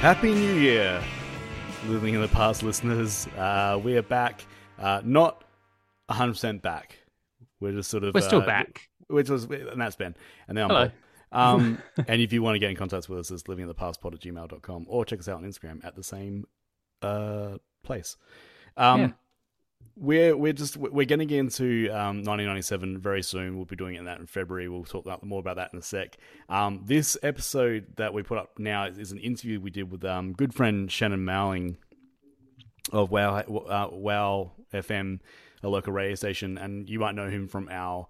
Happy New Year, living in the past listeners. Uh, we are back, uh, not 100% back. We're just sort of. We're still uh, back. Which was, and that's Ben. And then I'm Hello. Paul. Um, and if you want to get in contact with us, it's livinginthepastpod at gmail.com or check us out on Instagram at the same uh, place. Um, Yeah. We're we're just we're going to get into um, 1997 very soon. We'll be doing it that in February. We'll talk about, more about that in a sec. Um, this episode that we put up now is, is an interview we did with um, good friend Shannon Mowling of Wow uh, Wow FM, a local radio station, and you might know him from our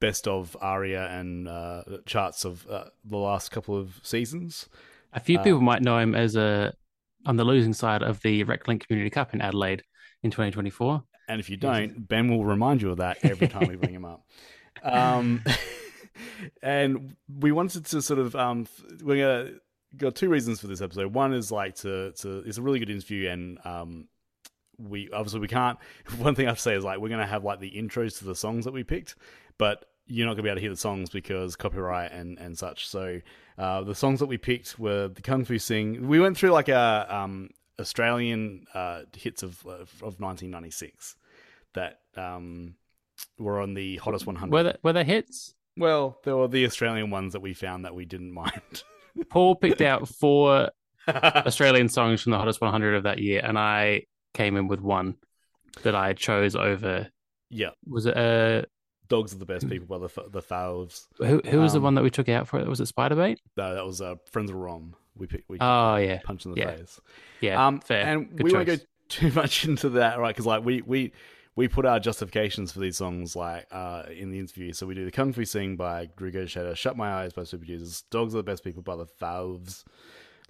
best of aria and uh, charts of uh, the last couple of seasons. A uh, few people might know him as a on the losing side of the Reclink Community Cup in Adelaide in 2024. And if you don't, Ben will remind you of that every time we bring him up. Um, and we wanted to sort of um, f- we're gonna got two reasons for this episode. One is like to to it's a really good interview, and um, we obviously we can't. One thing I have to say is like we're gonna have like the intros to the songs that we picked, but you're not gonna be able to hear the songs because copyright and and such. So uh, the songs that we picked were the Kung Fu Sing. We went through like a um, Australian uh, hits of of 1996 that um, were on the hottest 100. Were there, were there hits? Well, there were the Australian ones that we found that we didn't mind. Paul picked out four Australian songs from the hottest 100 of that year, and I came in with one that I chose over. yeah, Was it uh dogs are the best people. By the F- the Fowls. who who was the Um, one that we took out for it? Was it Spiderbait? No, that was uh, friends of Rom. We picked, we Oh yeah, punched in the yeah. face. yeah. um, fair. And Good we won't go choice. too much into that, right? Because like we we we put our justifications for these songs like uh, in the interview. So we do the Kung Fu Sing by Rigo Shadow, Shut My Eyes by Super Juicers, Dogs Are the Best People by the Valves,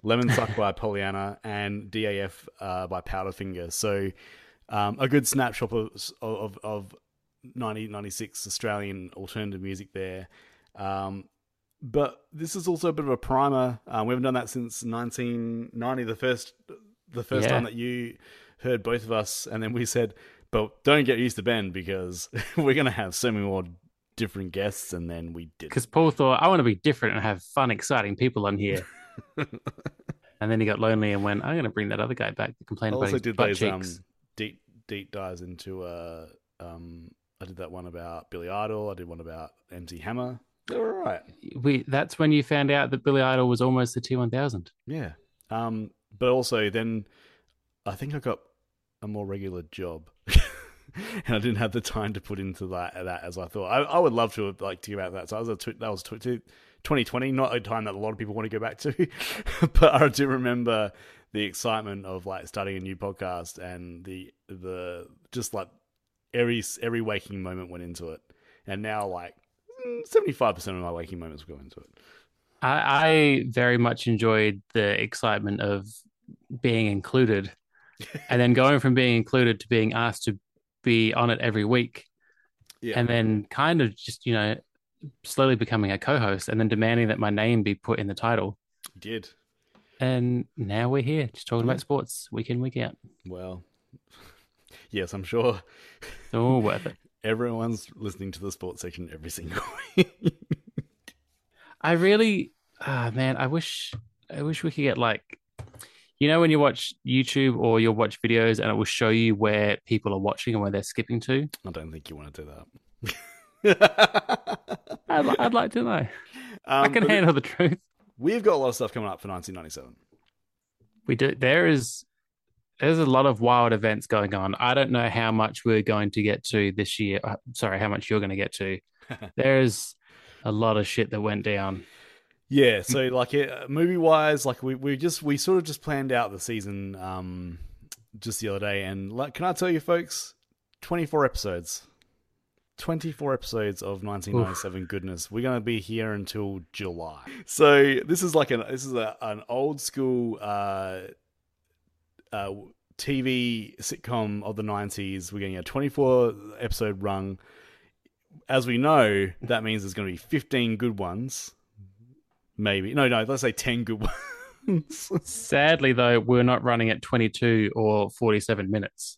Lemon Suck by Pollyanna, and DAF uh, by Powderfinger. So um, a good snapshot of of, of 1996 Australian alternative music there. Um, but this is also a bit of a primer. Um, we haven't done that since 1990, the first the first Yeah. time that you heard both of us, and then we said, "But don't get used to Ben because we're going to have so many more different guests," and then we did. because Paul thought I want to be different and have fun, exciting people on here. and then he got lonely and went, "I'm going to bring that other guy back that I complained about also his did butt those um, cheeks." deep deep dives into. Uh, um, I did that one about Billy Idol. I did one about MC Hammer. They were all right. We that's when you found out that Billy Idol was almost the T1000. Yeah. Um, but also then I think I got a more regular job. and I didn't have the time to put into that that as I thought. I, I would love to have like to go back to that. So I was a tw- that was tw- tw- 2020, not a time that a lot of people want to go back to. but I do remember the excitement of like starting a new podcast and the the just like every every waking moment went into it. And now like 75% of my waking moments go into it. I, I very much enjoyed the excitement of being included, and then going from being included to being asked to be on it every week, Yeah. and then kind of just you know slowly becoming a co-host, and then demanding that my name be put in the title. did. And now we're here just talking Yeah. about sports week in, week out. Well, yes, I'm sure It's all worth it. everyone's listening to the sports section every single week. I really, ah, man, I wish, I wish we could get like, you know, when you watch YouTube or you'll watch videos and it will show you where people are watching and where they're skipping to. I don't think you want to do that. I'd, li- I'd like to know. I Um, can but handle the truth. We've got a lot of stuff coming up for 1997. We do. There is, there's a lot of wild events going on. I don't know how much we're going to get to this year. Uh, sorry, how much you're going to get to. there is a lot of shit that went down. Yeah, so like movie wise, like we we just we sort of just planned out the season um just the other day, and like, can I tell you, folks, 24 episodes. 24 episodes of 1997 goodness. We're going to be here until July. So, this is like an this is a, an old school uh uh TV sitcom of the 90s. We're getting a 24 episode run. As we know, that means there's going to be 15 good ones. Maybe. No, no, let's say 10 good ones. Sadly, though, we're not running at 22 or 47 minutes.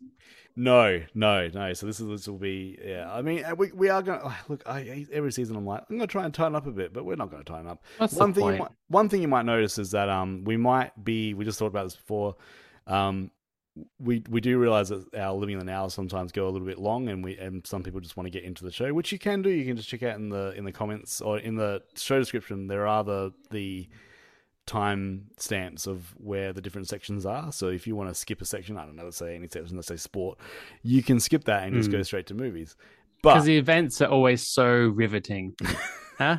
no, no, no. So this is this will be yeah. I mean, uh, we we are going to look I every season I'm like I'm going to try and tighten up a bit, but we're not going to tighten up. That's one the thing, you point. might, one thing you might notice is that um, we might be. We just thought about this before. Um, we we do realize that our living in the now sometimes go a little bit long, and we and some people just want to get into the show, which you can do. You can just check out in the in the comments or in the show description. There are the the time stamps of where the different sections are. So if you want to skip a section, I don't know, let's say any section, let's say sport, you can skip that and just Hmm. go straight to movies. Because But the events are always so riveting. huh?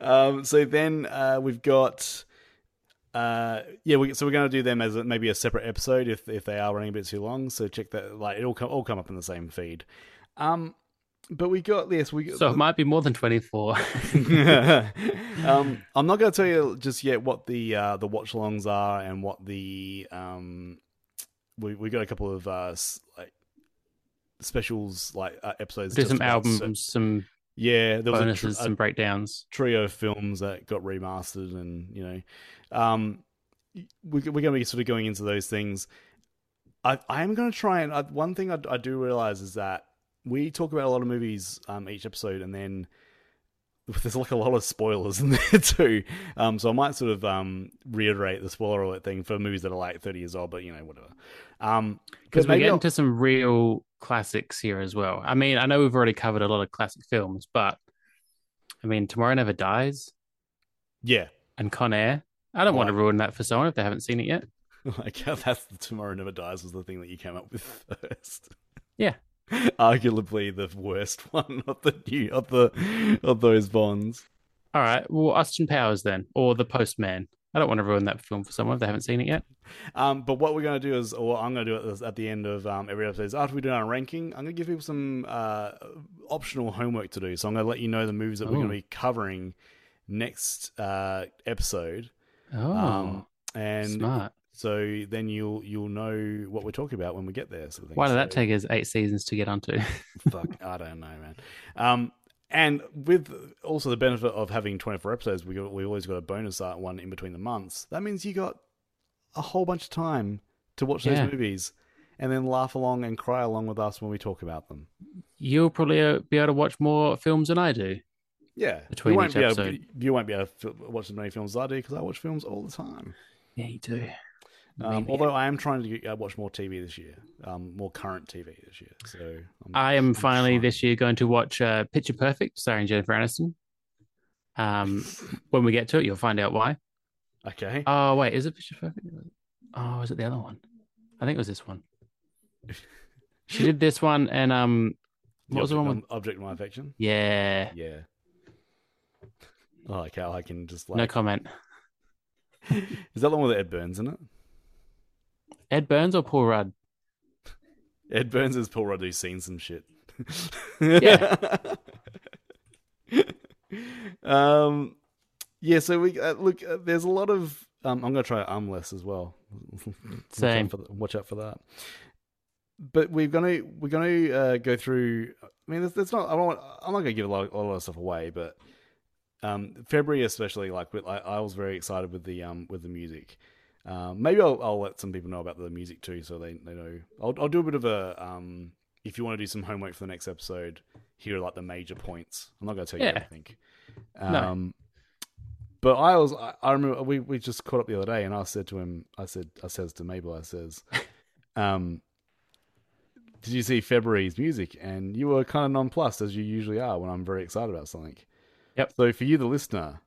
um, so then uh, we've got uh, yeah we, so we're going to do them as a, maybe a separate episode if if they are running a bit too long so check that like it'll come all come up in the same feed um but we got this we got So it might be more than 24. um, I'm not going to tell you just yet what the uh, the watch alongs are and what the um, we we got a couple of uh, s- like specials like uh, episodes. Do just some about albums, cer- some yeah, there was a, tr- uh, bonuses, a some breakdowns. trio of films that got remastered and you know um we, we're going to be sort of going into those things i i am going to try and I, one thing I, I do realize is that we talk about a lot of movies um each episode and then there's like a lot of spoilers in there too um so i might sort of um reiterate the spoiler alert thing for movies that are like 30 years old but you know whatever um Because we're maybe getting I'll- to some real classics here as well. I mean, I know we've already covered a lot of classic films, but I mean, Tomorrow Never Dies yeah and Con Air. I don't want to Right. ruin that for someone if they haven't seen it yet. Like how that's the Tomorrow Never Dies was the thing that you came up with first. Yeah. Arguably the worst one of the new of the of those bonds. All right. Well, Austin Powers then, or The Postman. I don't want to ruin that film for someone if they haven't seen it yet. Um, but what we're gonna do is, or I'm gonna do at, this, at the end of um, every episode is after we do our ranking, I'm gonna give people some uh, optional homework to do. So I'm gonna let you know the movies that we're Ooh. gonna be covering next uh, episode. Oh, Um, and smart. so then you'll you'll know what we're talking about when we get there. Sort of thing. Why did that So- take us eight seasons to get onto? fuck i don't know man um and with also the benefit of having 24 episodes we got, we always got a bonus art one in between the months that means you got a whole bunch of time to watch Yeah. those movies and then laugh along and cry along with us when we talk about them You'll probably uh, be able to watch more films than I do. yeah You Between won't each be able to- episode. you won't be able to f- watch as many films as i do because i watch films all the time Yeah, you do. um, although i am trying to uh, watch more tv this year um, more current tv this year so I'm, I am I'm finally trying. this year going to watch uh, Picture Perfect, starring Jennifer Aniston. Um, when we get to it, you'll find out why. okay Oh wait, is it Picture Perfect? Oh, is it the other one? I think it was this one. She did this one, and um, what was the Object- one with- um, object of my affection yeah, Yeah. I like how I can just no like. comment. is that the one with Ed Burns in it? Ed Burns or Paul Rudd? Ed Burns is Paul Rudd who's seen some shit. Yeah. um. Yeah. So we uh, look. Uh, there's a lot of. Um, I'm gonna try um less as well. Same. Watch out for, th- watch out for that. But we're gonna we're gonna uh, go through. I mean, that's, that's not. I don't. Want, I'm not gonna give a lot, a lot of stuff away, but um, February especially, like, with, I, I was very excited with the um with the music. Um, maybe I'll, I'll let some people know about the music too, so they, they know. I'll, I'll do a bit of a um, if you want to do some homework for the next episode, here are like the major points. I'm not going to tell you Yeah. everything. No. Um, But I was I, I remember we, we just caught up the other day, and I said to him, I said I says to Mabel, I says, um, did you see February's music? And you were kind of nonplussed as you usually are when I'm very excited about something. Yep. So for you, the listener,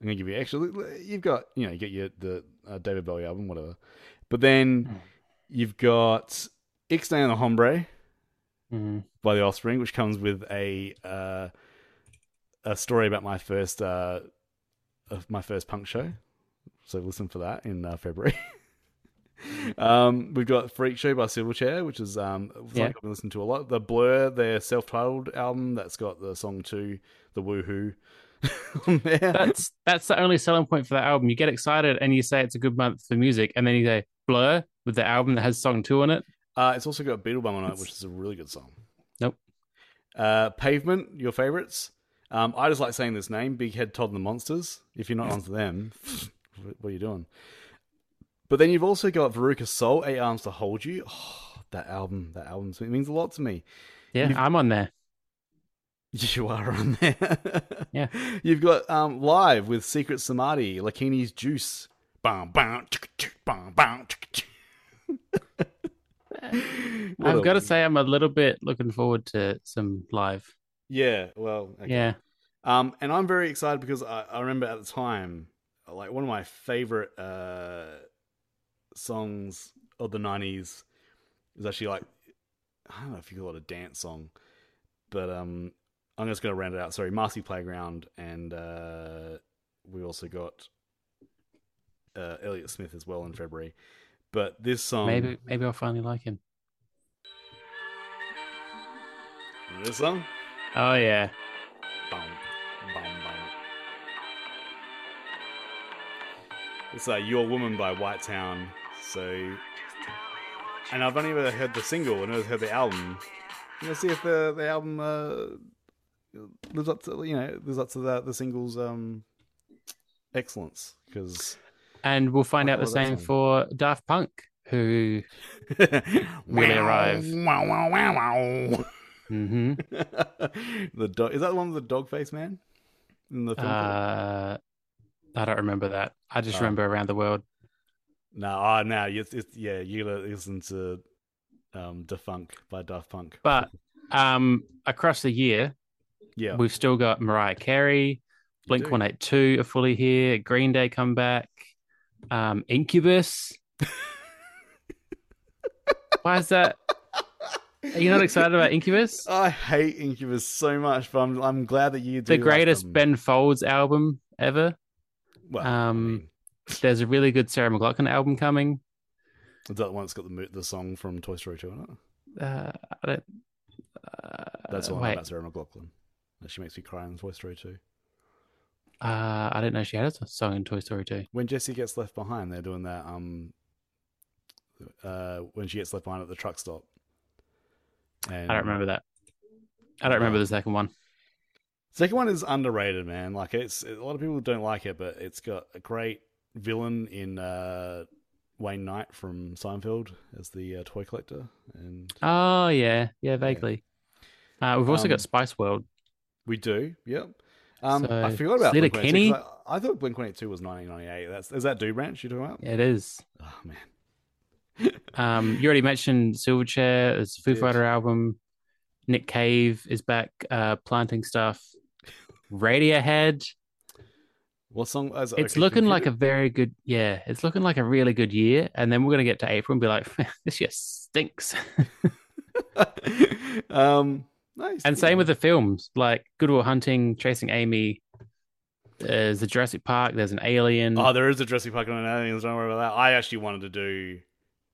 I'm gonna give you extra. You've got you know you get your the uh, David Bowie album, whatever. But Mm. then you've got Ixnay and the Hombre Mm. by The Offspring, which comes with a uh, a story about my first uh, of my first punk show. So listen for that in uh, February. um, we've got Freak Show by Silverchair, which is um, something Yeah. I've been listening to a lot. The Blur, their self-titled album, that's got the song too, the Woohoo. on there. That's that's the only selling point for that album. You get excited and you say it's a good month for music, and then you say, Blur with the album that has song two on it. Uh, it's also got Beetlebum on it, which is a really good song. Nope. Uh, Pavement, your favorites. Um, I just like saying this name, Big Head Todd and the Monsters. If you're not onto them, what are you doing? But then you've also got Veruca Soul, Eight Arms to Hold You. Oh, that album, that album, it means a lot to me. Yeah, You've- I'm on there. You are on there. Yeah. You've got um, Live with Secret Samadhi, Lakini's Juice. Bam, bam, tsk, tsk, bam, bam, tsk, tsk. What a I've got to week. say, I'm a little bit looking forward to some live. Yeah, well, okay. Yeah, Um, and I'm very excited because I, I remember at the time, like one of my favorite uh, songs of the '90s is actually like I don't know if you call it a dance song, but um, I'm just gonna round it out. Sorry, Marcy Playground, and uh, we also got uh, Elliot Smith as well in February. But this song, maybe maybe I'll finally like him. this song, Oh yeah, Bum, bum, bum. It's uh, Your Woman by White Town. So, and I've only ever heard the single, and I've heard the album. Let's see if the the album uh, lives up to you know lives up to the the single's um excellence because and we'll find What out the was that same song? for Daft Punk, who really arrive. Wow, wow, wow, hmm wow. the dog is that the one with the dog face man in the film? uh, I don't remember that. I just Oh. remember Around the World. No, oh, no, it's, it's, yeah, you gotta listen to um, Defunk by Daft Punk. But um, across the year, yeah, we've still got Mariah Carey, Blink do. One Eight Two are fully here, Green Day come back, um, Incubus. Why is that? Are you not excited about Incubus? I hate Incubus so much, but I'm, I'm glad that you do. the like greatest them. Ben Folds album ever. Well, I Um, mean, there's a really good Sarah McLaughlin album coming. is that the one that's got the mo- the song from Toy Story 2 on it? Uh, I don't. Uh, That's the one wait. about Sarah McLaughlin. That She makes me cry in Toy Story 2. Uh, I didn't know she had a song in Toy Story 2. When Jesse gets left behind, they're doing that. Um, uh, when she gets left behind at the truck stop. And I don't remember that. I don't remember the second one. Second one is underrated, man. Like it's a lot of people don't like it, but it's got a great villain in uh, Wayne Knight from Seinfeld as the uh, toy collector, and Oh yeah, yeah, vaguely. Uh, we've also Um, got Spice World. we do. Yep. Um, I So, forgot about Sleater Blink Kinney? Kenny. I, I thought Blink One Eight Two was nineteen ninety eight. That's is that Do Ranch you talking about? It is. Oh man, Um, you already mentioned Silverchair. It's a Foo Yes. Fighter album. Nick Cave is back uh, planting stuff. Radiohead. what song? Oh, Is it It's OK looking like a Computer? very good yeah. It's looking like a really good year, and then we're gonna get to April and be like, this year stinks. um, nice. and same with the films like Goodwill Hunting, Chasing Amy. There's the Jurassic Park. There's an Alien. Oh, there is a Jurassic Park on aliens. Don't worry about that. I actually wanted to do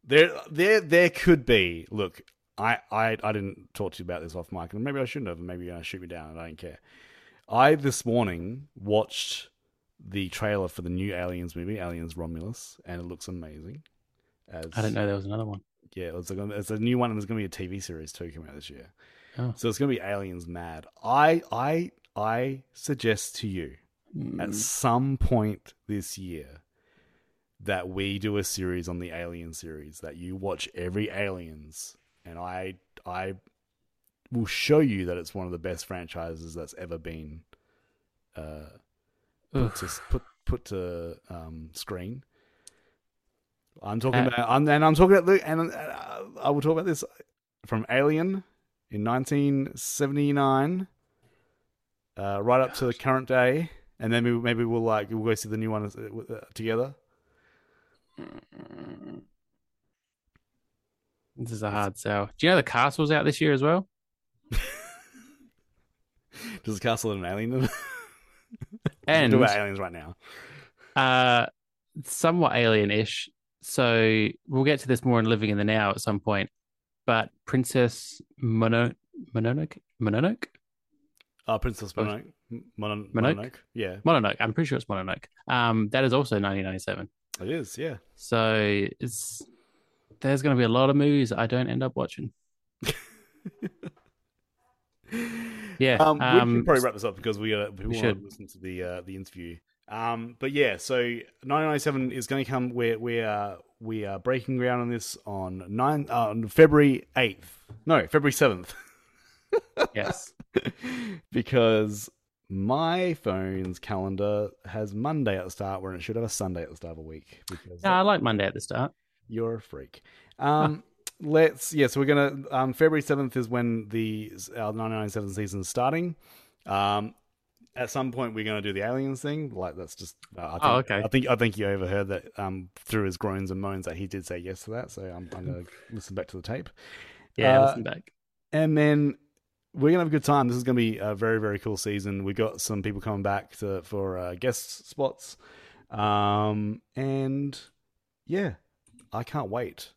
there. There, there could be. Look, I, I, I didn't talk to you about this off mic, and maybe I shouldn't have. and Maybe you're gonna shoot me down, and I don't care. I this morning watched the trailer for the new Aliens movie, Aliens Romulus, and it looks amazing. As, I didn't know there was another one. Yeah, it's, like, it's a new one, and there's gonna be a TV series too coming out this year. Oh. So it's gonna be Aliens Mad. I, I, I suggest to you at Mm. some point this year that we do a series on the alien series that you watch every aliens and i i will show you that it's one of the best franchises that's ever been uh put to, Oof. put, put to um screen i'm talking Uh, about I'm, and i'm talking about the and uh, i will talk about this from alien in 1979 uh, right up to the current day, and then we, maybe we'll like we'll go see the new one uh, uh, together. This is a hard sell. Do you know the castle's out this year as well? Does the castle and an alien? in it? And We're talking about aliens right now. uh, somewhat alien-ish. So we'll get to this more in Living in the Now at some point. But Princess Mono Mononoke Mononoke Uh, Princess What? Mononoke. Monon- Mononoke? Mononoke. Yeah. Mononoke. I'm pretty sure it's Mononoke. Um, that is also 1997. It is, yeah. So it's there's going to be a lot of movies I don't end up watching. Yeah, Um, we um, should probably wrap this up because we uh, people want should. to listen to the uh, the interview. Um, but yeah, so 1997 is going to come. We're we are we are breaking ground on this on nine uh, on February 8th. No, February 7th yes. because my phone's calendar has Monday at the start when it should have a Sunday at the start of a week. Because No, I like Monday at the start. you're a freak. Um, let's yeah. So we're gonna um, February seventh is when the our 997 season is starting. Um, at some point we're gonna do the aliens thing. Like that's just uh, I think, Oh, okay. I think I think you overheard that um, through his groans and moans that he did say yes to that. So I'm, I'm gonna listen back to the tape, Yeah, Uh, listen back. and then. We're gonna have a good time. This is gonna be a very, very cool season. We got some people coming back to, for uh, guest spots, um, and yeah, I can't wait.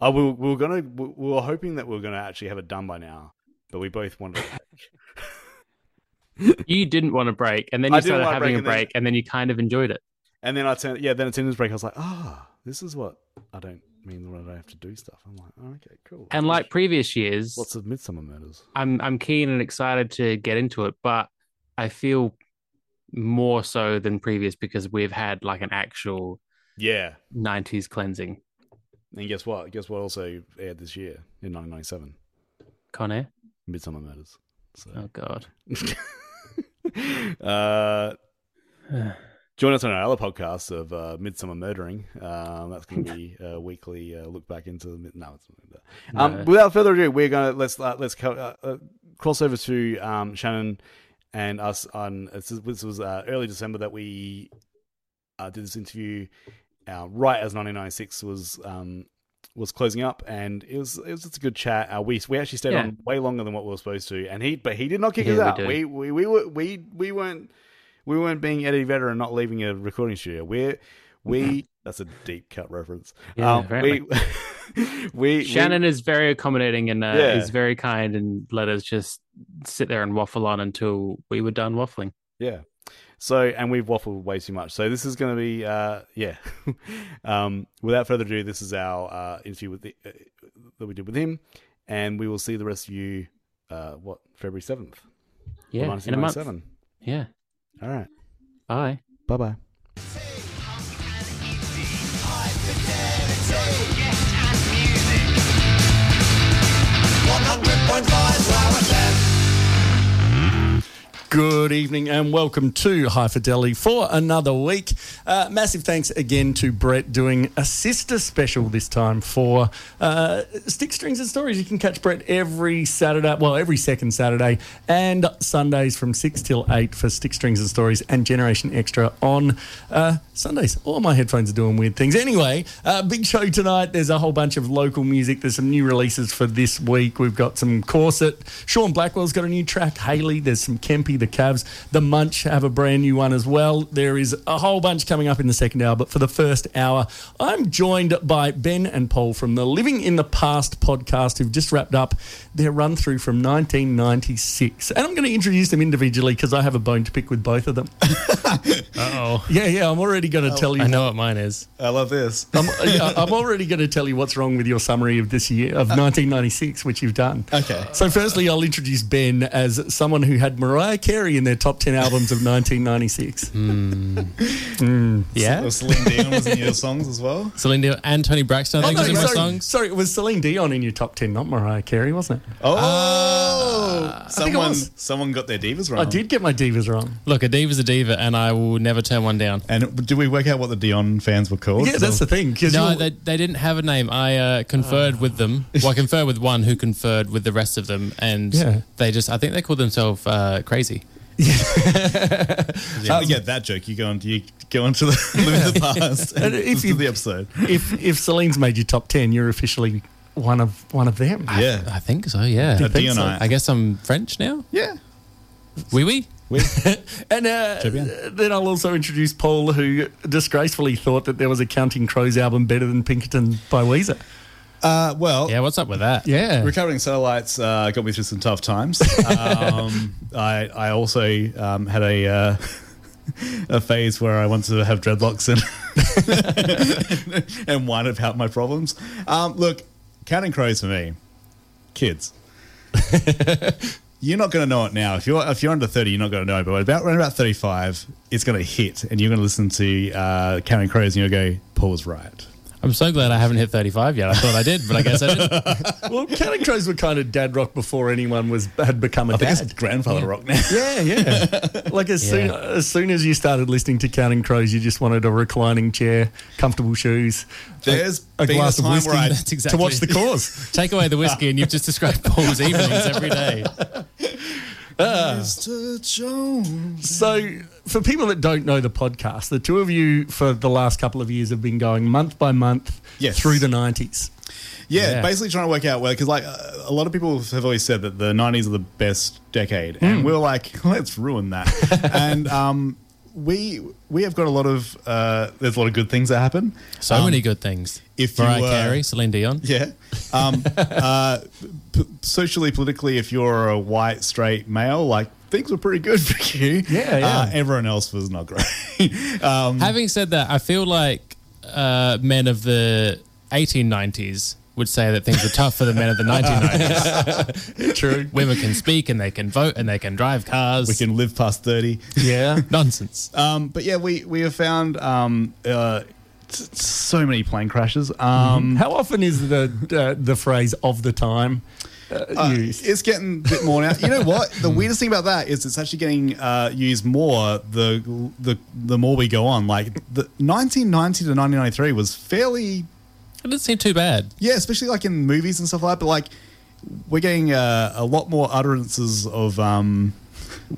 I we, we were gonna we we were hoping that we were gonna actually have it done by now, but we both wanted. It. You didn't want a break, and then I you didn't started want a having break, a and then- break, and then you kind of enjoyed it. and then I turned yeah, then attendance break. I was like, ah, this is what I don't mean when I have to do stuff. I'm like, oh, okay, cool. And like previous years, lots of midsummer murders. I'm I'm keen and excited to get into it, but I feel more so than previous because we've had like an actual Yeah, 90s cleansing. and guess what? Guess what? Also aired this year in 1997, Con Air? midsummer murders. So. Oh god. Oh. uh, join us on our other podcast of uh, Midsummer Murdering. Um, that's going to be a weekly uh, look back into the mid- no, it's not that. Um, No. Without further ado, we're going to let's uh, let's co- uh, uh, cross over to um, Shannon and us on this, is- this was uh, early December that we uh, did this interview uh, right as 1996 was. Um, was closing up, and it was it was just a good chat. Uh, we we actually stayed Yeah. on way longer than what we were supposed to, and he but he did not kick Yeah, us we out. did. We we we were we we weren't we weren't being Eddie Vedder and not leaving a recording studio. We're we that's a deep cut reference. Yeah, um, we we Shannon is very accommodating and uh, Yeah. is very kind and let us just sit there and waffle on until we were done waffling. we- yeah. So and we've waffled way too much. So this is going to be uh yeah. um, without further ado, this is our uh, interview with the, uh, that we did with him, and we will see the rest of you. Uh, what February seventh? Yeah, in a month. Yeah. All right. Bye. Bye bye. Good evening and welcome to High Fidelity for another week. Uh, massive thanks again to Brett doing a sister special this time for uh, Stick Strings and Stories. You can catch Brett every Saturday, well, every second Saturday and Sundays from 6 till 8 for Stick Strings and Stories and Generation Extra on uh, Sundays. All my headphones are doing weird things. Anyway, uh, big show tonight. There's a whole bunch of local music. There's some new releases for this week. We've got some Corset. Sean Blackwell's got a new track. Haley. There's some Kempy, the Cavs. The Munch have a brand new one as well. There is a whole bunch coming up in the second hour. But for the first hour, I'm joined by Ben and Paul from the Living in the Past podcast, who've just wrapped up their run through from 1996. And I'm going to introduce them individually because I have a bone to pick with both of them. Oh, yeah, yeah. I'm already going to tell you. I know what mine is. I love this. I'm, Uh, yeah, I'm already going to tell you what's wrong with your summary of this year of 1996, which you've done. Okay. So, firstly, I'll introduce Ben as someone who had Mariah Carey in their top 10 albums of 1996. Yeah, Well, Celine Dion was in your songs as well. Celine Dion and Tony Braxton. I Oh, think was no, in my sorry, songs. sorry, it was Celine Dion in your top 10, not Mariah Carey, wasn't it? Uh, Oh, think it someone was. someone got their divas wrong. I did get my divas wrong. Look, a diva's a diva, and I will never turn one down. And did we work out what the Dion fans were called? Yeah, that's the thing. 'cause No, you'll- they, they didn't have a name. I uh, conferred with them. Well, I conferred with one who conferred with the rest of them, and Yeah. they just, I think they called themselves uh, crazy. How do you get that joke? You go on. You go on to the, live in the past. And And if if you- the episode. if, if Celine's made your top 10, you're officially one of one of them. Ah. Yeah. I think so, yeah. A I, think so. Dionite. guess I'm French now. yeah. Wee wee. And uh, then I'll also introduce Paul, who disgracefully thought that there was a Counting Crows album better than Pinkerton by Weezer. Uh, well, Yeah, what's up with that? Yeah. Recovering satellites uh, got me through some tough times. Um, I, I also um, had a uh, a phase where I wanted to have dreadlocks and and whine about my problems. Um, look, Cat and Crow to me, kids. you're not going to know it now. If you're if you're under thirty, you're not going to know. But about around about thirty five, it's going to hit, and you're going to listen to uh, Cat and Crows, and you'll go, Paul's right. I'm so glad I haven't hit 35 yet. I thought I did, but I guess I didn't. Well, Cat and Crows were kind of dad rock before anyone was had become a I think dad. it's grandfather rock now. Yeah, yeah. like as soon as soon as you started listening to Counting Crows, you just wanted a reclining chair, comfortable shoes, There's a been glass a of time whiskey where I- That's to exactly- watch the cause. Take away the whiskey, and you've just described Paul's evenings every Um, day. Mr. Jones. so, for people that don't know the podcast, the two of you for the last couple of years have been going month by month Yes. through the nineties. Yeah, Yeah. basically trying to work out where because like uh, a lot of people have always said that the '90s are the best decade, and we are like, let's ruin that. and um, we we have got a lot of uh, there's a lot of good things that happen. So Um, many good things. if you Mariah uh, were- Carey, Celine Dion. Yeah. Um, uh, p- socially, politically, if you're a white, straight male, like things were pretty good for you. Yeah, yeah. Uh, everyone else was not great. um, Having said that, I feel like uh, men of the 1890s would say that things were tough for the men of the 1990s. True. Women can speak and they can vote and they can drive cars. we can live past 30. Yeah. Nonsense. Um, but yeah, we, we have found um, uh, t- so many plane crashes. Um, How often is the uh, the phrase of the time uh, used? It's getting a bit more now. You know what? The weirdest thing about that is it's actually getting uh, used more the the the more we go on. Like the 1990 to 1993 was fairly It doesn't seem too bad. Yeah, especially like in movies and stuff like that. But like, we're getting uh, a lot more utterances of um,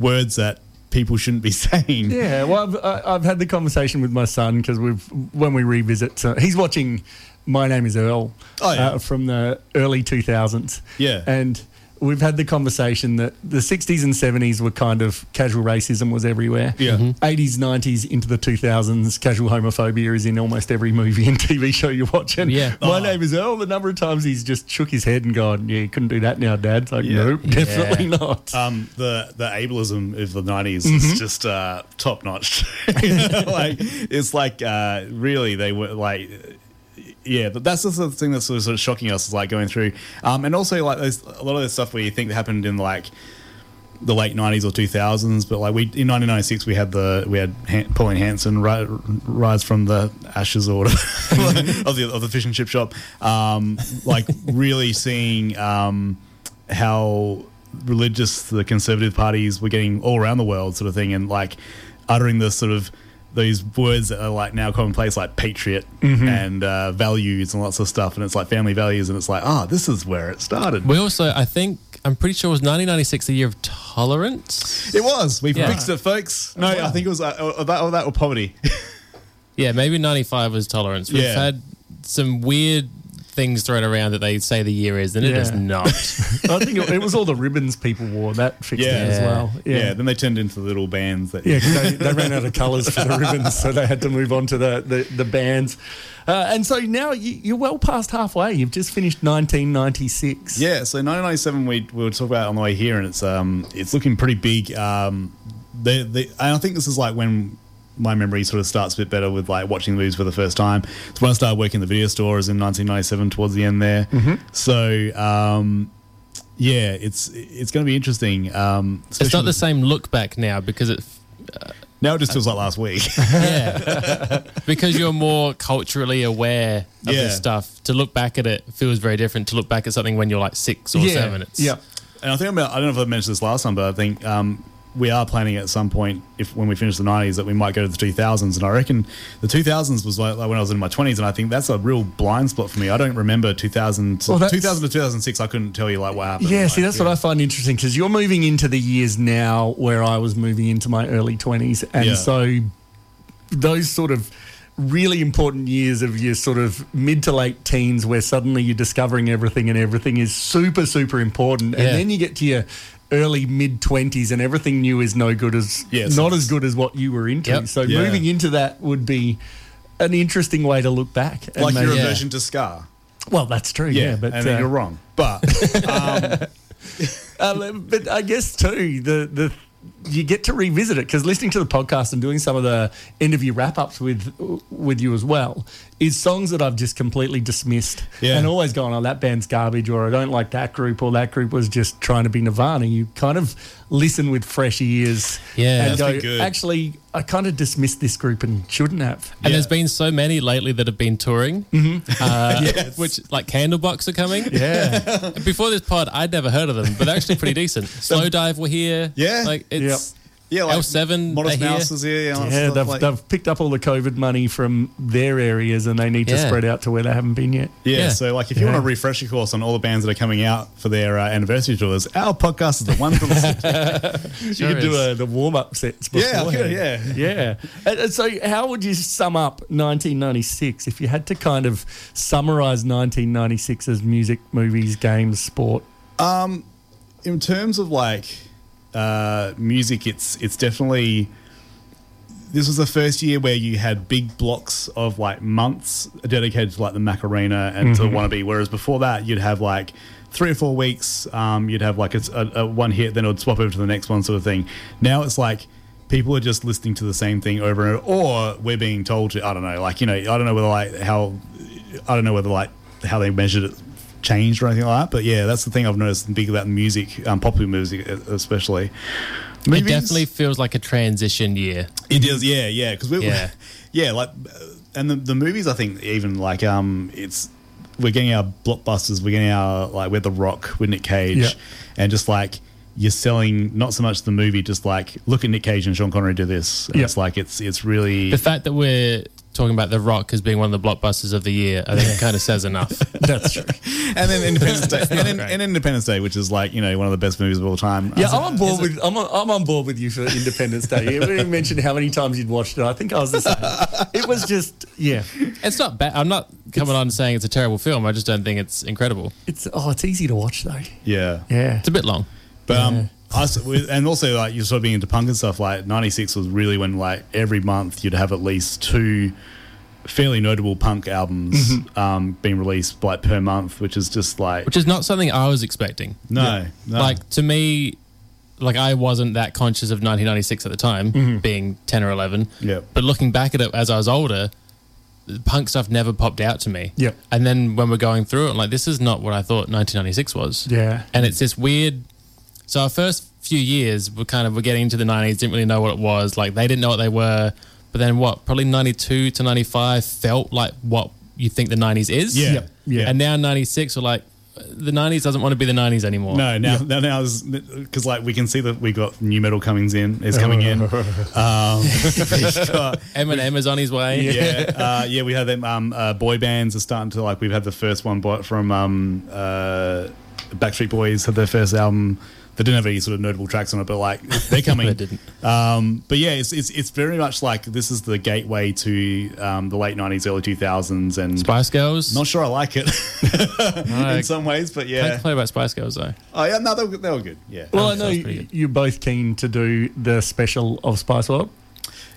words that people shouldn't be saying. Yeah, well, I've, I- I've had the conversation with my son because we've when we revisit, so he's watching. My name is Earl Oh, yeah. uh, from the early two thousands. Yeah. and we've had the conversation that the sixties and seventies were kind of casual racism was everywhere. Yeah. Mhm. eighties, nineties into the two thousands, casual homophobia is in almost every movie and TV show you watch. And Yeah. my Oh. name is Earl. The number of times he's just shook his head and gone, "Yeah, you couldn't do that now, Dad." It's like, Yeah. nope, definitely not. Um, the the ableism of the 90s is just uh, top notch. like it's like uh, really they were like. Yeah, but that's just the thing that's sort of, sort of shocking us is like going through, um, and also like there's a lot of the stuff where you think that happened in like the late '90s or 2000s, but like we in 1996 we had the we had Han- Pauline Hanson ri- rise from the ashes or whatever of the of the fish and chip shop, um, like really seeing um, how religious the conservative parties were getting all around the world, sort of thing, and like uttering the sort of these words that are like now commonplace, like patriot and uh, values and lots of stuff, and it's like family values, and it's like, ah, this is where it started. We also, I think, I'm pretty sure it was 1996, the year of tolerance. It was. We've Yeah. fixed it, folks. No, I think it was uh, uh, that. Or that or poverty. Yeah, maybe 95 was tolerance. We've Yeah. had some weird things thrown around that they say the year is, and it is Yeah. not. I think it, it was all the ribbons people wore that fixed Yeah. it as Yeah. well. yeah. Then they turned into little bands. That, Yeah, 'cause they, they ran out of colours for the ribbons, so they had to move on to the, the, the bands. Uh, and so now you, you're well past halfway. You've just finished 1996. Yeah, So 1997, we we were talking about it on the way here, and it's um it's looking pretty big. Um, they, they and I think this is like when my memory sort of starts a bit better with like watching movies for the first time. It's when I started working in the video store, is in 1997 towards the end there. So um, yeah, it's it's going to be interesting. Um, it's not especially- the same look back now because it Now it just feels like last week. yeah because you're more culturally aware of Yeah. this stuff to look back at it feels very different to look back at something when you're like six or seven it's yeah. And I think I'm, I don't know if I mentioned this last time, but I think um, we are planning at some point, if when we finish the '90s, that we might go to the 2000s. And I reckon the 2000s was like, like when I was in my 20s, and I think that's a real blind spot for me. I don't remember 2000, Well, that's- 2000 to 2006. I couldn't tell you like what happened. Yeah, Like, see, that's what I find interesting because you're moving into the years now where I was moving into my early 20s. And Yeah. so those sort of really important years of your sort of mid to late teens where suddenly you're discovering everything and everything is super, super important. And Yeah. then you get to your early mid 20s and everything new is no good as Yes. not as good as what you were into Yep. so Yeah. moving into that would be an interesting way to look back and like maybe- your Yeah. aversion to Scar. well that's true yeah, Yeah, but and then uh, you're wrong. But Um, uh, but I guess too the the you get to revisit it because listening to the podcast and doing some of the interview wrap ups with with you as well is songs that I've just completely dismissed Yeah. and always gone, oh, that band's garbage, or I don't like that group, or that group was just trying to be Nirvana. You kind of listen with fresh ears, Yeah. and That's been go, good. actually, I kind of dismissed this group and shouldn't have. And there's been so many lately that have been touring, uh, which like Candlebox are coming. Yeah, Before this pod, I'd never heard of them, but they're actually pretty decent. Slow Dive were here. Yeah. like it's Yeah, like L7 Modest are here. Mouse is here. Yeah, yeah, stuff they've, like- they've picked up all the COVID money from their areas and they need to Yeah. spread out to where they haven't been yet. Yeah, Yeah. so like if you want to refresh your course on all the bands that are coming out for their uh, anniversary tours, our podcast is the one for the you Sure could do is. uh the warm up sets. Yeah, I Beforehand. could, yeah. yeah. And- and so, how would you sum up 1996 if you had to kind of summarize 1996 as music, movies, games, sport? in terms of like uh, music, it's it's definitely this was the first year where you had big blocks of like months dedicated to like the Macarena and to Mm-hmm. Wannabe, whereas before that you'd have like three or four weeks, um, you'd have like a, a, a one hit, then it would swap over to the next one sort of thing. Now it's like people are just listening to the same thing over and over, or we're being told to. I don't know, like you know, I don't know whether like how I don't know whether like how they measured it changed or anything like that. But yeah, that's the thing I've noticed big about music, um, popular music especially. it Movies? definitely feels like a transition year. It is, yeah, yeah, because we, yeah. Yeah. like, uh, and the the movies, I think, even like, um, it's we're getting our blockbusters, we're getting our like, we're The Rock, we're Nick Cage, Yeah. and just like you're selling not so much the movie, just like look at Nick Cage and Sean Connery do this, and Yeah. it's like it's it's really The fact that we're talking about The Rock as being one of the blockbusters of the year, I think, kind of says enough. That's true. and then Independence Day, and, then, Right. and Independence Day, which is like you know one of the best movies of all time. Yeah, I'm on board with I'm on, I'm on board with you for Independence Day. You already mentioned how many times you'd watched it. I think I was the same. It was just yeah. It's not bad. I'm not coming on saying it's a terrible film. I just don't think it's incredible. It's oh, it's easy to watch though. yeah, Yeah. It's a bit long. But um, us with, and also like you sort of being into punk and stuff. Like '96 was really when like every month you'd have at least two fairly notable punk albums um, being released like per month, which is just like Mm-hmm. which is not something I was expecting. no, no, Like to me, like I wasn't that conscious of 1996 at the time, being 10 or 11. Mm-hmm. Yep. But looking back at it as I was older, the punk stuff never popped out to me. Yep. And then when we're going through it, I'm like this is not what I thought 1996 was. Yeah. And it's this weird. So our first few years were kind of we're getting into the 90s, didn't really know what it was. Like they didn't know what they were. But then what? Probably 92 to 95 felt like what you think the 90s is. Yeah. Yep. Yeah. And now 96 are like the 90s doesn't want to be the 90s anymore. No, now now, now is because like we can see that we got new metal coming in is coming in. Um, we've got- Eminem is on his way. yeah, uh, yeah, we had them. Um, uh, boy bands are starting to like. We've had the first one bought from um, uh, Backstreet Boys had their first album. They didn't have any sort of notable tracks on it, but like they're coming. They didn't. Um, but yeah, it's, it's it's very much like this is the gateway to um, the late nineties, early two thousands, and Spice Girls. not sure I like it in Alright. some ways, but I yeah. complain about Spice Girls though. Oh yeah, no, they were, they were good. Yeah. Well, I Sounds know pretty good. you're both keen to do the special of Spice World.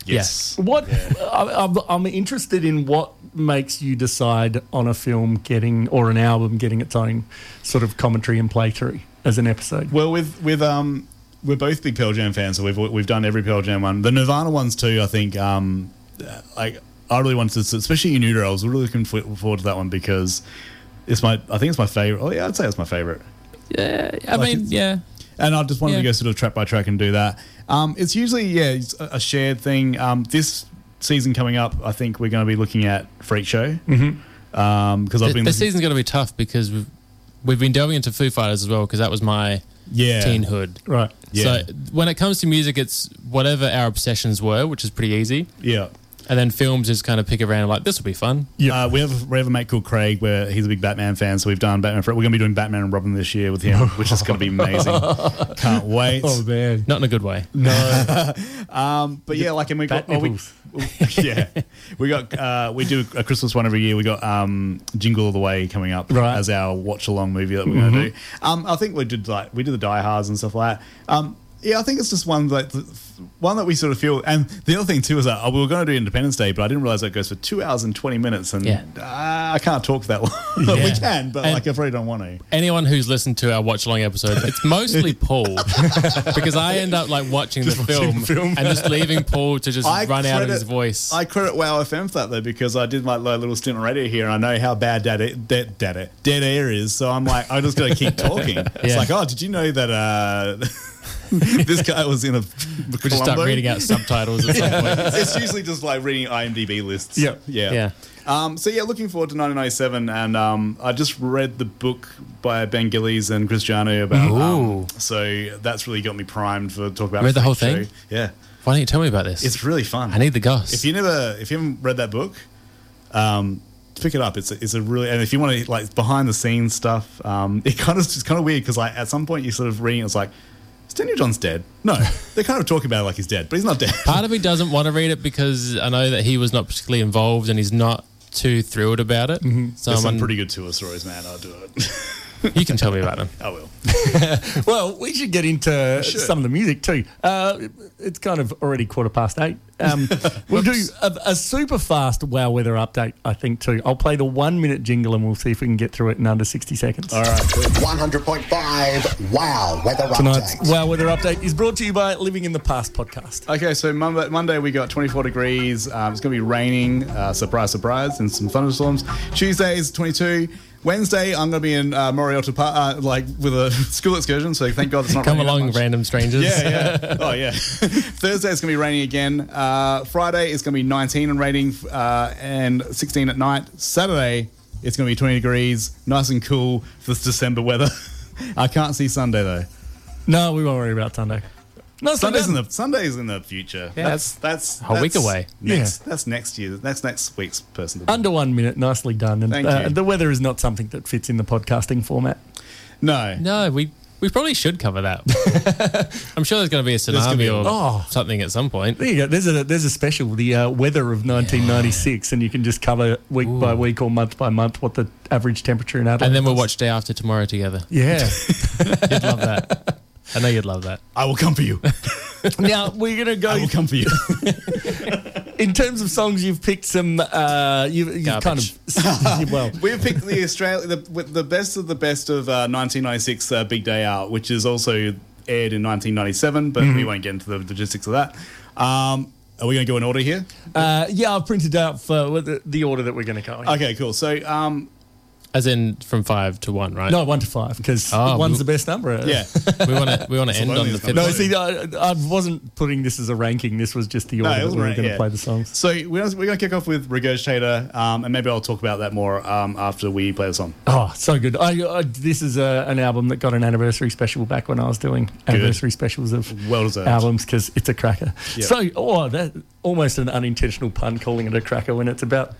yes. What I, I'm, I'm interested in what makes you decide on a film getting or an album getting its own sort of commentary and playthrough as an episode. Well, with with um, we're both big Pearl Jam fans, so we've we've done every Pearl Jam one. The Nirvana ones too. I think um, like I really wanted to, especially in Utero, I was really looking for- forward to that one because it's my I think it's my favorite. Oh yeah, I'd say it's my favorite. Yeah. I Like mean, it's- yeah. And I just wanted to Yeah. go sort of track by track and do that. Um, it's usually yeah, it's a a shared thing. Um, this season coming up, I think we're going to be looking at Freak Show. Mm-hmm. Um, because I've Th- been This listening- season's going to be tough because we've, we've been delving into Foo Fighters as well because that was my yeah, teenhood. Right. Yeah. So when it comes to music, it's whatever our obsessions were, which is pretty easy. yeah. And then films is kind of pick around like this will be fun. Uh, we have we have a mate called Craig where he's a big Batman fan, so we've done Batman. For, we're going to be doing Batman and Robin this year with him, which is going to be amazing. Can't wait. man. Not in a good way. Um, but yeah, like and we got Bat oh, we- nipples. yeah, we got uh, we do a Christmas one every year. We got um, Jingle All the Way coming up Right. as our watch along movie that we're going to do. Um, I think we did like we did the Die Hards and stuff like that. Um, yeah, I think it's just one that one that we sort of feel. And the other thing too is that oh, we were going to do Independence Day, but I didn't realize that goes for two hours and twenty minutes, and Yeah. uh, I can't talk that long. we Yeah. can, but And- like I probably don't want to. Anyone who's listened to our watch along episodes, it's mostly Paul because I end up like watching the film, and just leaving Paul to just run out of his voice. I credit Wow FM for that though, because I did my like, little stint on radio here, and I know how bad dead air, dead, dead, air, dead air is. So I'm like, I'm just gonna keep talking. It's Yeah. like, oh, did you know that uh, this guy was in a we just start reading out subtitles at some point. it's usually just like reading IMDb lists. Yeah. yeah, Yeah. Um, so yeah, looking forward to 1997, and um, I just read the book by Ben Gillies and Cristiano about. Um, Ooh. so that's really got me primed for talk about. Read the Freak whole Show. thing? Yeah, Why don't you tell me about this? it's really fun. I need the goss. If you never, if you haven't read that book, um, pick it up. It's a, it's a really, and if you want to like behind the scenes stuff, um, it kind of it's kind of weird because like at some point you sort of reading, it's like, is Daniel John's dead? No, they kind of talk about it like he's dead, but he's not dead. Part of me doesn't want to read it because I know that he was not particularly involved and he's not too thrilled about it. So There's I'm some pretty good tour stories, man. I'll do it. you can tell me about them. I will. Well, we should get into some of the music too. Uh, it's kind of already quarter past eight. Um, we'll do a, a super fast wow weather update, I think, too. I'll play the one minute jingle and we'll see if we can get through it in under 60 seconds. All right. 100.5 Wow Weather Tonight's Update. wow weather update is brought to you by Living in the Past podcast. Okay, so Monday, Monday we got 24 degrees. Um, it's going to be raining, uh, surprise, surprise, and some thunderstorms. Tuesday is 22. Wednesday, I'm going to be in uh, Moriota Park, uh, like with a school excursion. So thank God it's not Come raining that along, much. random strangers. Yeah, yeah. Oh, yeah. Thursday it's going to be raining again. Uh, Friday it's going to be 19 and raining uh, and 16 at night. Saturday it's going to be 20 degrees, nice and cool for this December weather. I can't see Sunday though. No, we won't worry about Sunday. No, Sunday's in the Sunday's in the future. that's that's whole week that's away. Next, that's next year. That's next week's person. To Under one minute, nicely done. And Thank uh, you. the weather is not something that fits in the podcasting format. no, No, we we probably should cover that. I'm sure there's going to be a gonna tsunami be- or Oh. something at some point. There you go. There's a there's a special, the uh, weather of 1996, and you can just cover week by week or month by month what the average temperature in Adelaide. And then we'll was. watch Day After Tomorrow together. Yeah. You'd love that. I know you'd love that. I will come for you. now we're gonna I go will come for you. in terms of songs. You've picked some. Uh, you've, you've kind Garbage. of well. we have picked the Australia, the, with the best of the best of uh, 1996 uh, Big Day Out, which is also aired in 1997, but we won't get into the logistics of that. Um, are we going to go in order here? Uh, yeah, I've printed out for what the, the order that we're gonna go. In. Okay, cool. So, um, As in from five to one, right? No, one to five because Oh, one's we- the best number. Ah, yeah. we want to we want to end on lonely the as fifth. No, see, I, I wasn't putting this as a ranking. This was just the No, order it that was we were right, going to yeah. play the songs. So we're gonna, we're going to kick off with Regurgitator, um, and maybe I'll talk about that more um, after we play the song. Oh, so good. I, I, this is a, an album that got an anniversary special back when I was doing anniversary specials of Well deserved. albums because it's a cracker. Yep. So, oh, that almost an unintentional pun calling it a cracker when it's about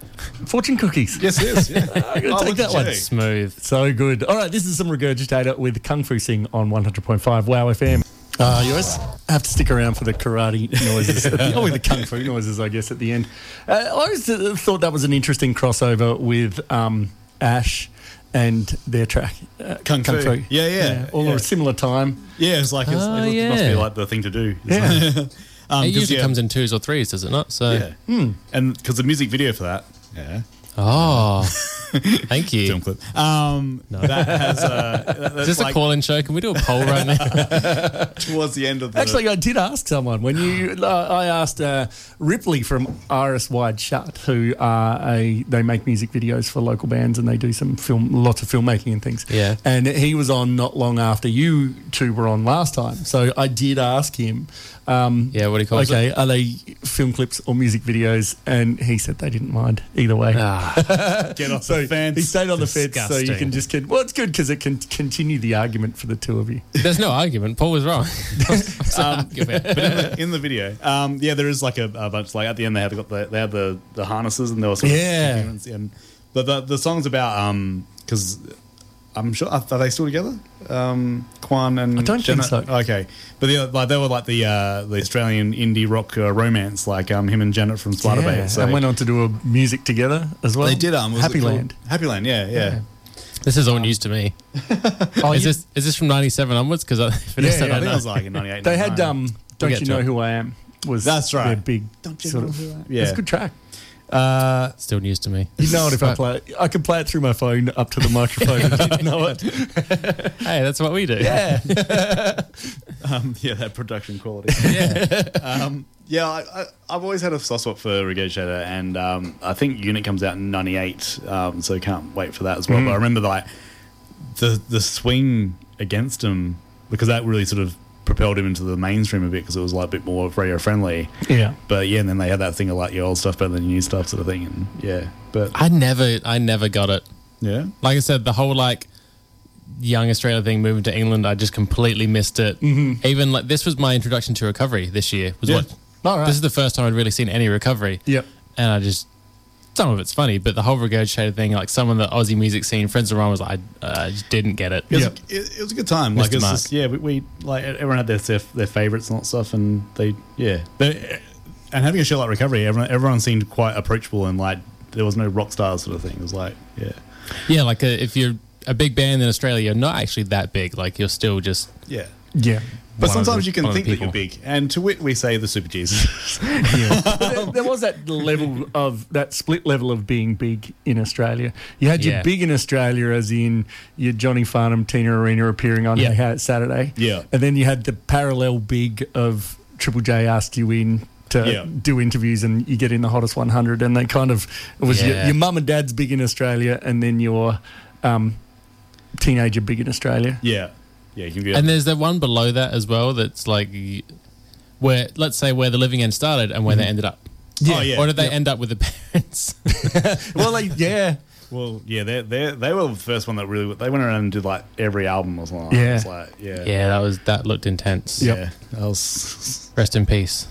fortune cookies. Yes, it is. Yeah. I'm gonna take that one. Smooth. So good. All right, this is some regurgitator with Kung Fu Sing on 100.5 Wow FM. Uh, you always have to stick around for the karate noises, at the, or the kung fu noises, I guess, at the end. Uh, I always uh, thought that was an interesting crossover with um, Ash and their track, uh, Kung Fu. Yeah, yeah, all yeah. at a similar time. Yeah, it's like it's, Oh, it must be yeah. like the thing to do. Yeah. um, it 'cause, usually yeah, comes in Hmm. twos or threes, does it not? So, Yeah, and because the music video for that, yeah, oh, thank you. film clip. Um, that has uh, that- Is that's this a like call-in show? Can we do a poll right now? towards the end of the uh, Actually, I did ask someone when you. Uh, I asked uh, Ripley from RS Wide Shut, who are a they make music videos for local bands and they do some film, lots of filmmaking and things. Yeah. and he was on not long after you two were on last time. So I did ask him. Um, yeah, what do you call it? Okay, are they film clips or music videos? And he said they didn't mind either way. Ah, Get off So the fence. he stayed on the fence, so you Disgusting. can just. Con- well, it's good because it can continue the argument for the two of you. There's no argument. Paul was wrong. It's an argument. But in the, in the video, um, yeah, there is like a, a bunch. Like at the end, they have got the, they have the, the harnesses and there was sort of Yeah. coherence in- but the the song's about um because I'm sure are, are they still together? Um, Kwan and I don't think so. Okay, but the, like they were like the uh, the Australian indie rock uh, romance, like um him and Janet from Spider Bay. So and went on to do a music together as well. they did um was it Happy called- Land. Happy Land, yeah, yeah. There's This is all news to me. Oh, Is you- this is this from '97 onwards? Because if it Yeah, is, yeah, I, I don't think it know. was like in 98. They had 99. um, "Don't get You to Know it. Who I Am" was That's right. their big Don't You sort Know of Who I Am. it's Yeah. a good track. Still news to me. You know it if I play it. I can play it through my phone up to the microphone. if you know it. Hey, that's what we do. Um, yeah, that production quality. um, yeah, I, I, I've always had a soft spot for Renegade Shadow, and um, I think Unit comes out in '98, um, so can't wait for that as well. But I remember like the the swing against him because that really sort of propelled him into the mainstream a bit because it was like a bit more radio friendly. Yeah. But yeah, and then they had that thing of like your old stuff better than your new stuff sort of thing, and yeah, but I never, I never got it. yeah, Like I said, the whole like young Australia thing moving to England, I just completely missed it. Mm-hmm. Even like this was my introduction to recovery this year. Was Yeah. what All right. this is the first time I'd really seen any recovery. Yep. and I just some of it's funny, but the whole regurgitated thing, like some of the Aussie music scene, friends around was like, I uh, just didn't get it. It was, Yep. it, it was a good time. Like Mr. it's Mark. just, yeah, we, we like everyone had their their- their favorites and all that stuff, and they yeah, they, and having a show like Recovery, everyone everyone seemed quite approachable and like there was no rock stars sort of thing. It was like yeah, Yeah, like uh if you're a big band in Australia, you're not actually that big. Like you're still just yeah. Yeah. But One of sometimes the- you can one of the think that you're people. big, and to wit, we say the Super Jesus. But there, there was that level of that split level of being big in Australia. You had your Yeah. big in Australia, as in your Johnny Farnham, Tina Arena appearing on Yeah. Hey Hey It's Saturday. Yeah. and then you had the parallel big of Triple J asked you in. To Yeah. do interviews and you get in the hottest 100, and they kind of it was your, Yeah. your mum and dad's big in Australia, and then your um, teenager big in Australia. yeah, yeah, you can be. And there's that one below that as well that's like y- where, let's say, where the living end started and where they ended up. Oh, yeah. Or did they end up with the parents? Well, like, yeah, well, yeah, they they they were the first one that really they went around and did like every album or something. Like Yeah. that. It's like yeah, yeah, that was that looked intense. Yep. yeah. That was Rest in peace.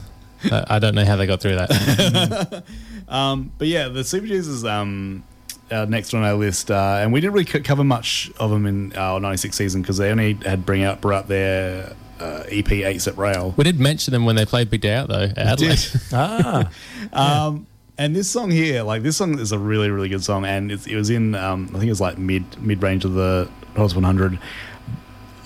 Uh, I don't know how they got through that. Um, but yeah, the Super Jews is um, uh, next on our list, uh, and we didn't really co- cover much of them in our '96 season because they only had bring out brought out their uh, EP Eight Step Rail. we did mention them when they played Big Day Out though. at Adelaide. ah, Um, and this song here, like this song, is a really really good song, and it's, it was in um, I think it was like mid mid range of the Hottest 100.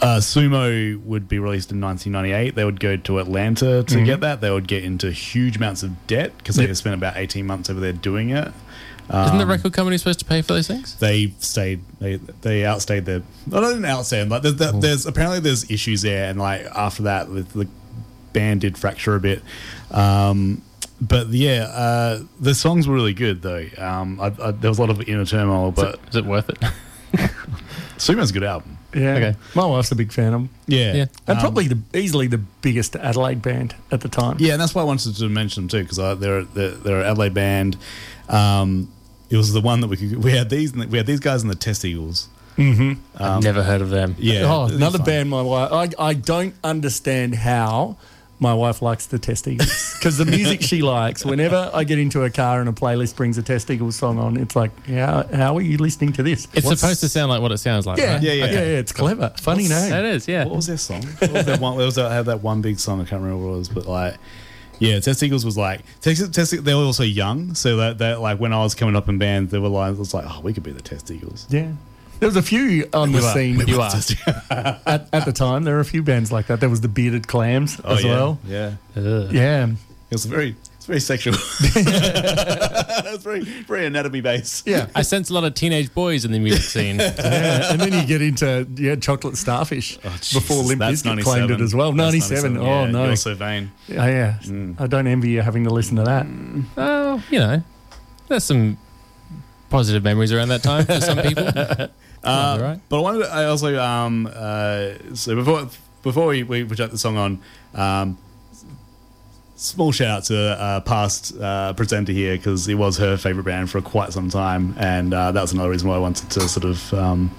Uh, Sumo would be released in 1998. They would go to Atlanta to get that. They would get into huge amounts of debt because they Yep. had spent about 18 months over there doing it. Isn't the record company supposed to pay for those things? they stayed they they outstayed their no, they didn't outstay them like there's, Hmm. there- there's apparently there's issues there and like after that the, the band did fracture a bit um but yeah uh the songs were really good though um I, I, there was a lot of inner turmoil but Is it worth it? sumo's a good album Um, yeah. Okay. Um, My wife's a big fan. I'm yeah Yeah. And probably the easily the biggest Adelaide band at the time. Yeah, and that's why I wanted to mention them too because they're, they're they're an Adelaide band. Um, it was the one that we could we had these we had these guys in the Test Eagles. I've never heard of them. Yeah, Oh, They're another fun. band my wife. I, I don't understand how my wife likes the Test Eagles because the music she likes. Whenever I get into her car and a playlist brings a Test Eagles song on, it's like, how how are you listening to this? It's What's- supposed to sound like what it sounds like. yeah, right? yeah, Yeah, yeah, yeah. yeah, It's clever, funny That name. is, yeah. What was their song? What was that one? There was that, had that one big song. I can't remember what it was, but like, yeah, Test Eagles was like Test, Test They were also young, so that that like when I was coming up in band, they were like, it was like, oh, we could be the Test Eagles. Yeah. There was a few on the scene We were at- Test- at, the time. There were a few bands like that. There was the Bearded Clams Oh, as yeah, well. Yeah, Ugh. Yeah. it was very it's very sexual. it's very very anatomy based. Yeah. I sense a lot of teenage boys in the music scene. yeah, and then you get into yeah, chocolate starfish before Limp Oh, that's Bizkit claimed it 97. as well. That's Ninety seven. Oh yeah, no. You're so vain. Oh, yeah. I don't envy you having to listen to that. oh, you know, there's some positive memories around that time for some people. Uh, Alright. But I wanted to, I also um uh so before before we we we chuck the song on um small shout out to uh, past uh, presenter here because it was her favorite band for quite some time and uh, that was another reason why I wanted to sort of um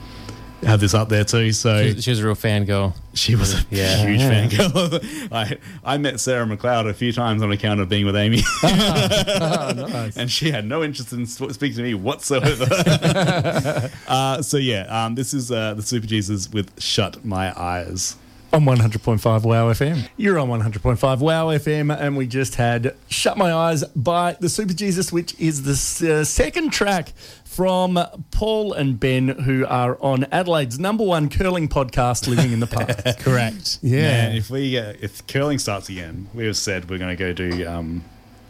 have this up there too so She was, she was a real fangirl. she was a Yeah. huge fan girl I I met Sarah McLeod a few times on account of being with Amy Ah, and she had no interest in sp- speaking to me whatsoever. uh, so yeah, um, this is uh, the Super Jesus with "Shut My Eyes." on 100.5 Wow FM. You're on 100.5 Wow FM, and we just had Shut My Eyes by the Super Jesus, which is the uh, second track from Paul and Ben, who are on Adelaide's number one curling podcast, Living in the Past. Correct. Yeah. Man, if we uh, if curling starts again, we have said we're going to go do um,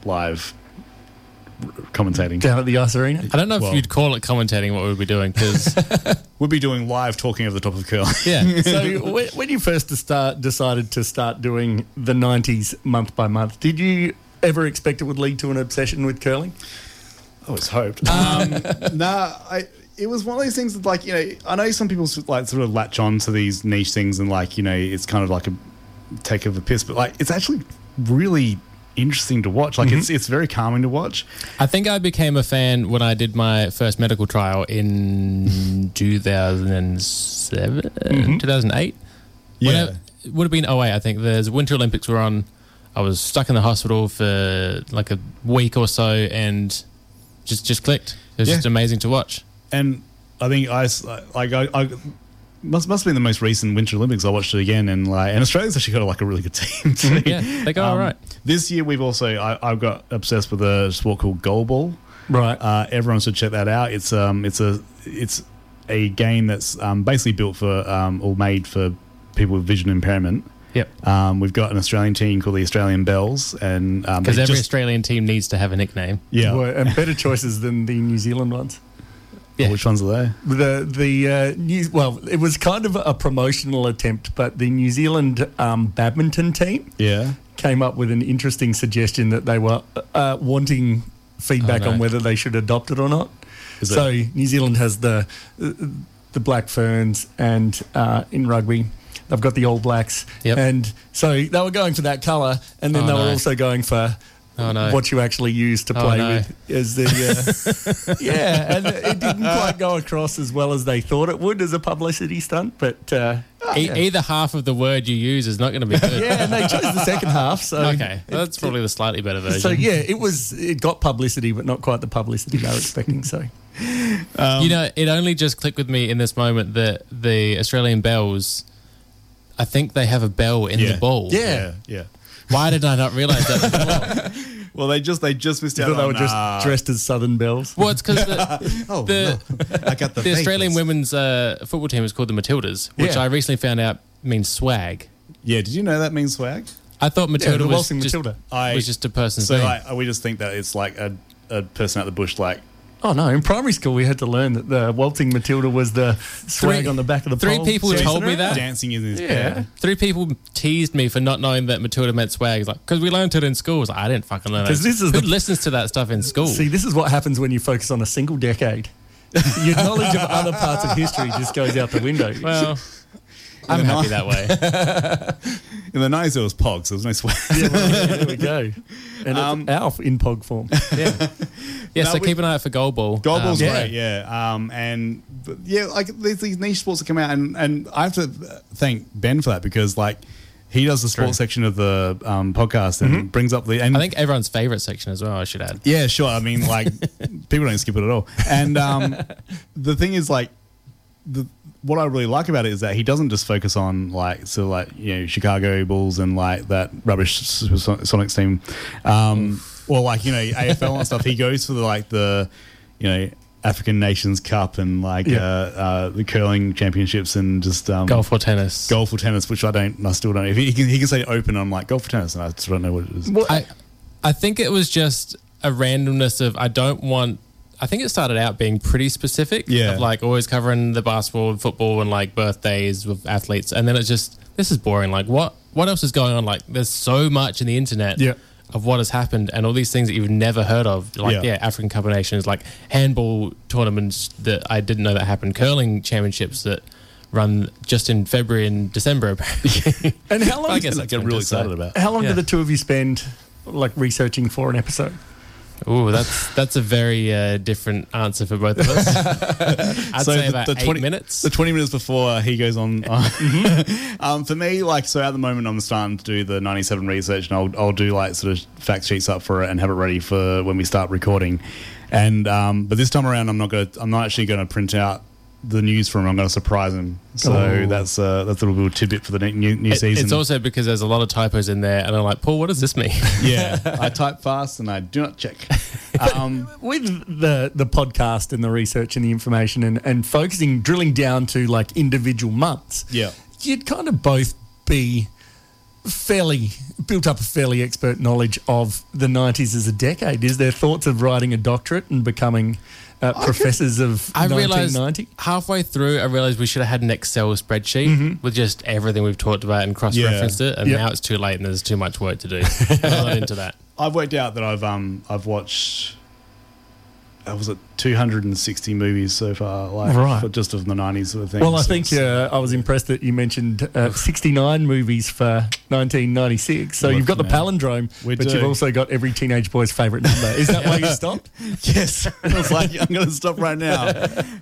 live r- commentating. Down at the Ice Arena. I don't know if Well- you'd call it commentating what we'd be doing because We'll be doing live talking over the top of curling. yeah, So, when, when you first to start, decided to start doing the 90s month by month, did you ever expect it would lead to an obsession with curling? I was hoped. Um, nah, I. It was one of those things that, like, you know, I know some people sort- like sort of latch on to these niche things and, like, you know, it's kind of like a take of a piss, but like, it's actually really interesting to watch. Like, it's it's very calming to watch. I think I became a fan when I did my first medical trial in 2007, Mm-hmm. 2008. When Yeah. I- it would have been 08, I think. The Winter Olympics were on. I was stuck in the hospital for like a week or so and just just clicked. It was Yeah. just amazing to watch. and I think I s- like I, I must must have been the most recent Winter Olympics. I watched it again, and like and Australia's actually got like a really good team too. Um, Yeah, they go all right. This year we've also I, I've got obsessed with a sport called goalball. Right. Uh, everyone should check that out. It's um it's a it's a game that's um, basically built for um, or made for people with vision impairment. Yep. Um, we've got an Australian team called the Australian Bells, and um, Because they every just- Australian team needs to have a nickname. yeah, Were- and better choices than the New Zealand ones. Yeah. which ones are they? The the uh, new well, it was kind of a promotional attempt, but the New Zealand um, badminton team Yeah, came up with an interesting suggestion that they were uh, wanting feedback Oh, no. on whether they should adopt it or not. Is so New Zealand has the uh, the Black Ferns, and uh, in rugby. They've got the All Blacks, Yep. and so they were going for that colour, and then Oh, they were no. also going for Oh, no. what you actually use to Oh, play no. with as the uh, yeah, and it didn't quite go across as well as they thought it would as a publicity stunt, but uh, E- Either half of the word you use is not going to be good. yeah, and they chose the second half, so Okay, that's probably the slightly better version. So yeah, it was it got publicity, but not quite the publicity they were expecting. So you know, it only just clicked with me in this moment that the Australian bells, I think they have a bell in Yeah. the ball. yeah, yeah. Why did I not realize that? before? Well, they just they just missed I out. thought they on, were just uh, dressed as Southern Bells. well, it's because the, Oh, the, no. I got the, the Australian vapours. women's uh, football team is called the Matildas, which Yeah. I recently found out means swag. Yeah, did you know that means swag? I thought Matilda the was, waltzing just, Matilda. I- was just a person's So name. like, we just think that it's like a, a person out the bush, like Oh no! In primary school, we had to learn that the waltzing Matilda was the swag Three- on the back of the three pole. people So- told me that. dancing in his Yeah. yeah. Three people teased me for not knowing that Matilda meant swag. It's Like, because we learned it in school. I was like, I didn't fucking learn 'Cause it. this is Who the- listens to that stuff in school? See, this is what happens when you focus on a single decade. Your knowledge of other parts of history just goes out the window. well, I'm happy that way. In the nineties, there was pogs. There was no swag. Yeah, well, there we go. And Um, it's Alf in pog form. Yeah. Yeah, No, so we- keep an eye out for goal ball. Gobble's Um, yeah. great, yeah. Um, and but yeah, like there's these niche sports that come out, and, and I have to thank Ben for that because like he does the sports section of the um, podcast and brings up the. And I think everyone's favorite section as well, I should add. Yeah, sure. I mean, like people don't skip it at all. And um, the thing is, like, the what I really like about it is that he doesn't just focus on like so like you know Chicago Bulls and like that rubbish Sonics team, um, or like you know AFL and stuff. He goes for the, like the you know. African Nations Cup and like Yeah. uh, uh, the curling championships and just um, Golf or tennis. golf or tennis, which I don't, I still don't. If he, he can, he can say open, I'm like golf or tennis, and I just don't know what it is. I, I think it was just a randomness of I don't want. I think it started out being pretty specific. Yeah. Of like always covering the basketball and football and like birthdays with athletes. And then it's just, this is boring. Like, what, what else is going on? Like, there's so much in the internet. Yeah. Of what has happened and all these things that you've never heard of, like Yeah. yeah, African Cup of Nations, like handball tournaments that I didn't know that happened, curling championships that run just in February and December. Apparently. And how long? I guess I Get really excited about. How long Yeah. do the two of you spend like researching for an episode? Oh, that's that's a very uh, different answer for both of us. I'd say about eight minutes. Mm-hmm. The twenty minutes before he goes on. uh, um, for me, like so, at the moment, I'm starting to do the ninety-seven research, and I'll I'll do like sort of fact sheets up for it and have it ready for when we start recording. And um, but this time around, I'm not going. to I'm not actually going to print out the news from him. I'm going to surprise him. So that's uh, that's a little tidbit for the ne- new, new Oh. It- season. It's also because there's a lot of typos in there, and I'm like, Paul, what does this mean? yeah, I type fast and I do not check. Um, with the the podcast and the research and the information and, and focusing drilling down to like individual months Yeah. you'd kind of both be fairly built up a fairly expert knowledge of the 90s as a decade is there thoughts of writing a doctorate and becoming uh, professors of I realized 1990 halfway through, I realized we should have had an Excel spreadsheet Mm-hmm. with just everything we've talked about and cross referenced it. And Yep. now it's too late and there's too much work to do. I'm not into that. I've worked out that I've um I've watched. I was at 260 movies so far, like Right. for just of the 90s sort of thing. well, I So think it's- uh, I was impressed that you mentioned uh, 69 movies for 1996. So Look, you've got the man. palindrome, We but do. you've also got every teenage boy's favourite number. Is that why you stopped? yes, I was like, I'm going to stop right now.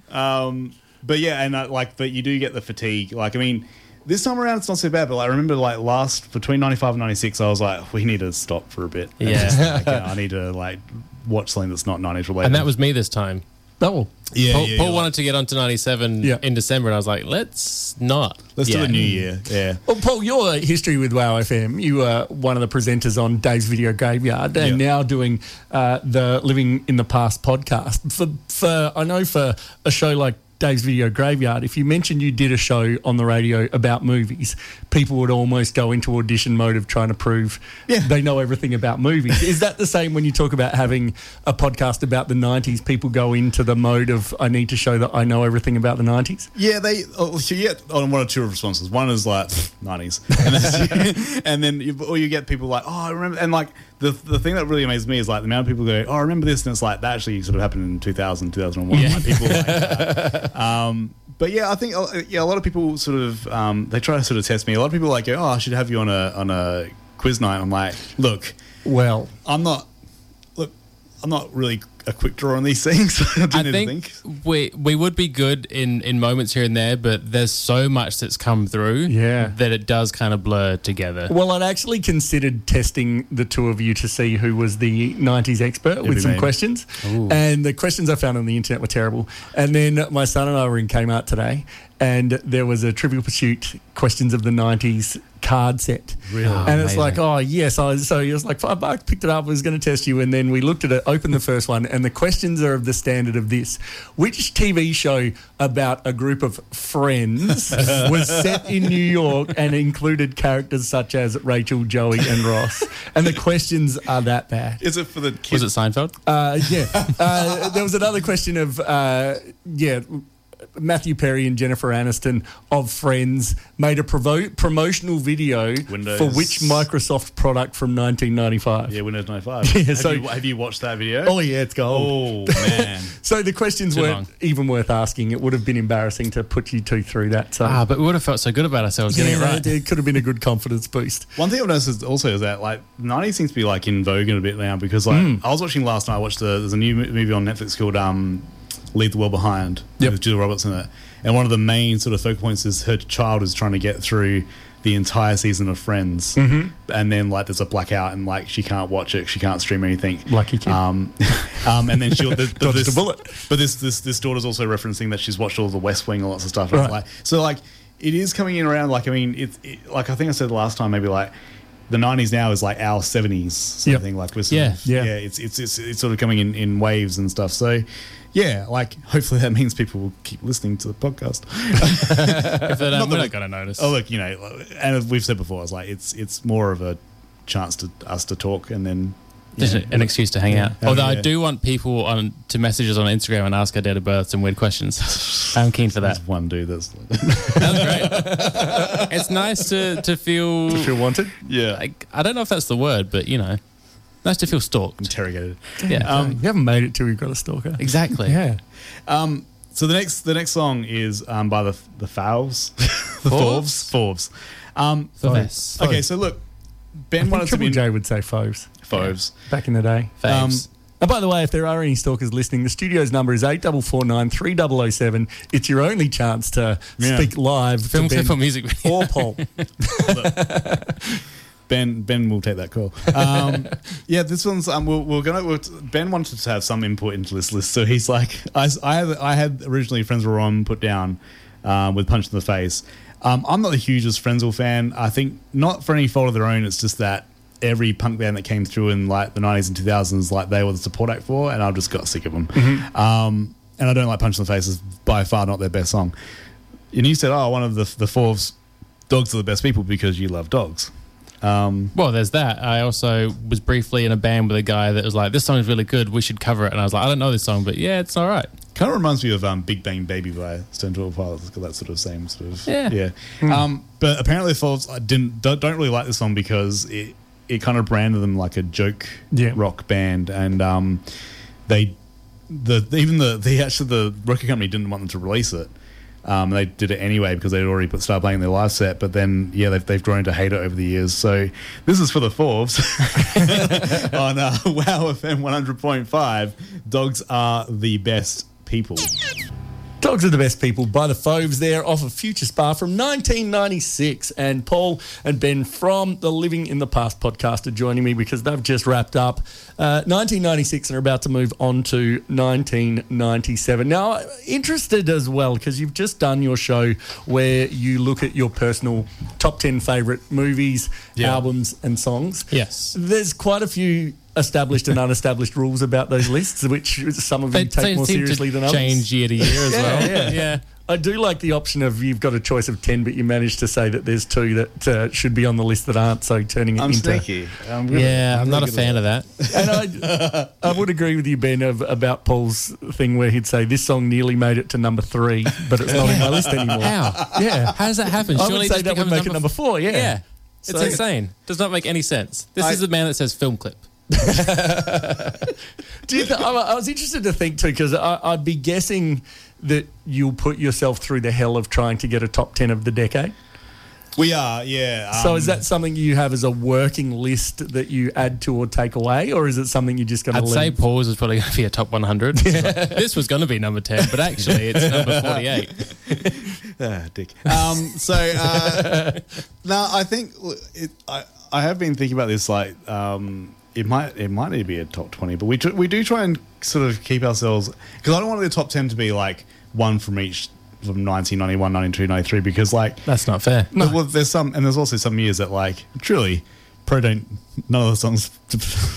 Um, but yeah, and uh, like, but you do get the fatigue. Like, I mean, this time around it's not so bad. But like, I remember like last between 95 and 96, I was like, we need to stop for a bit. And Yeah. just, like, uh, I need to like watch something that's not 90s related. And that was me this time. Oh, yeah, Paul, yeah, Paul yeah. wanted to get onto 97 Yeah. in December, and I was like, let's not. Let's do yet." the new year. Yeah. Well, Paul, your history with WoW FM, you were one of the presenters on Dave's Video Graveyard and Yeah. now doing uh, the Living in the Past podcast. For, for I know for a show like Dave's Video Graveyard, if you mentioned you did a show on the radio about movies, people would almost go into audition mode of trying to prove they know everything about movies. Is that the same when you talk about having a podcast about the 90s? People go into the mode of, I need to show that I know everything about the 90s? Yeah, they. Oh, so you get on one or two responses. One is like nineties, and, that's- and then you, or you get people like, oh, I remember. And like the the thing that really amazed me is like the amount of people go, oh, I remember this, and it's like that actually sort of happened in 2000, 2001. Like, people like that. Um, but yeah, I think uh, yeah, a lot of people sort of um, they try to sort of test me. A lot of people like, go, oh, I should have you on a on a quiz night. I'm like, look, Well, I'm not. Look, I'm not really a quick draw on these things. I, didn't I even think, we we would be good in, in moments here and there, but there's so much that's come through Yeah. that it does kind of blur together. Well, I'd actually considered testing the two of you to see who was the 90s expert with be some me. questions. And the questions I found on the internet were terrible. And then my son and I were in Kmart today, and there was a Trivial Pursuit questions of the 90s card set. Really? And it's amazing. like, oh, yes. I was, so he was like, five bucks, picked it up, was going to test you. And then we looked at it, opened the first one, and the questions are of the standard of this Which TV show about a group of friends was set in New York and included characters such as Rachel, Joey, and Ross? And the questions are that bad. Is it for the Was kids? it Seinfeld? Uh, yeah. Uh, there was another question of, uh, yeah. Matthew Perry and Jennifer Aniston of Friends made a provo- promotional video for Windows. which Microsoft product from 1995? Yeah, Windows 95. yeah, have, so- you, have you watched that video? Oh yeah, it's gold. Oh, man. So the questions Too weren't long. even worth asking. It would have been embarrassing to put you two through that. So Ah, but we would have felt so good about ourselves yeah, getting it right. it could have been a good confidence boost. One thing I've noticed is also is that like 90s seems to be like in vogue a bit now because like I was watching last night. I watched the, there's a new mo- movie on Netflix called um, Leave the World Behind Yep. with Julia Roberts in it, and one of the main sort of focal points is her child is trying to get through the entire season of Friends, and then like there's a blackout and like she can't watch it, she can't stream anything. Lucky kid. Um, um, and then she'll the, the, Dodged this- a bullet. But this this this daughter's also referencing that she's watched all the West Wing and lots of stuff. And it's Right. like, so like it is coming in around. Like I mean, it's it, like I think I said last time maybe like the '90s now is like our '70s Yep. something like we're sort Yeah. of- Yeah. yeah. It's it's it's it's sort of coming in in waves and stuff. So. Yeah, like hopefully that means people will keep listening to the podcast. If they don't, that we're we- not going to notice. oh look, you know, and as we've said before, it's like it's it's more of a chance to us to talk and then you Just know, an excuse to hang out. Yeah. Although I Yeah. do want people on to message us on Instagram and ask our date of birth some weird questions. I'm keen for that. there's one dude that's That's great. it's nice to, to feel Feel wanted? yeah like I don't know if that's the word, but you know, nice to feel stalked. interrogated. Yeah, you haven't made it till you've got a stalker. exactly. Yeah. Um, so the next the next song is um, by the the Fowls, the Forbes, Forbes. Um, Forbes. Okay, so look, Ben Well, wanted to Triple be J would say foes Forbes. back in the day. Faves. And by the way, if there are any stalkers listening, the studio's number is 8449 3007. It's your only chance to Yeah. speak live Film to clip or ben music video. or Paul. Ben Ben will take that call. Um, yeah, this one's um, we're, we're gonna we're, Ben wanted to have some input into this list, so he's like, I s- I, had- I had originally Friends Were On put down um, with Punch in the Face. Um, I'm not the hugest Frenzel fan. I think not for any fault of their own. It's just that every punk band that came through in like the 90s and 2000s, like they were the support act for, and I just got sick of them. Um, and I don't like Punch in the Face is by far not their best song. And you said, oh, one of the the four dogs are the best people because you love dogs. Well, there's that. I also was briefly in a band with a guy that was like, "This song's really good. We should cover it." And I was like, "I don't know this song, but yeah, it's all right." Kind of reminds me of um, Big Bang Baby by Stone Temple Pilots. It's got that sort of same sort of Yeah. Um, but apparently, Falls I didn't don't, don't really like this song because it it kind of branded them like a joke Yeah. rock band, and um, they the even the the actually the record company didn't want them to release it. Um, they did it anyway because they'd already put started playing their live set. But then, yeah, they've, they've grown to hate it over the years. So this is for the Forbes on uh, Wow FM 100.5. Dogs are the best people. Dogs Are the Best People by the Foves there off of Future Spa from 1996. And Paul and Ben from the Living in the Past podcast are joining me because they've just wrapped up uh, 1996 and are about to move on to 1997. Now, I'm interested as well because you've just done your show where you look at your personal top 10 favourite movies, albums, and songs. Yes. There's quite a few. Established and unestablished rules about those lists, which some of you take more seriously than others. change year to year as well. Yeah, yeah. I do like the option of you've got a choice of 10, but you managed to say that there's two that uh, should be on the list that aren't, so turning it I'm into. sneaky. I'm really- Yeah, I'm not a really good at fan of that. And I, I would agree with you, Ben, of, about Paul's thing where he'd say, This song nearly made it to number three, but it's not in my list anymore. How? Yeah. How does that happen? I Surely would it say just that would becomes make it number four, yeah. Yeah, it's So- insane. Does not make any sense. This I- is a man that says film clip. Do you th- I, I was interested to think too, because I'd be guessing that you'll put yourself through the hell of trying to get a top 10 of the decade. We are, yeah. So um, is that something you have as a working list that you add to or take away, or is it something you're just going to I'd say leave? Paul's is probably going to be a top 100. this was going to be number 10, but actually it's number 48. Ah, dick. Um, so uh, no, I think it, I I have been thinking about this. Like, um, it might it might need to be a top twenty, but we tr- we do try and sort of keep ourselves because I don't want the top ten to be like one from each from 1991, 92, 93, because like That's not fair. well, there's some and there's also some years that like truly. Pro don't none of the songs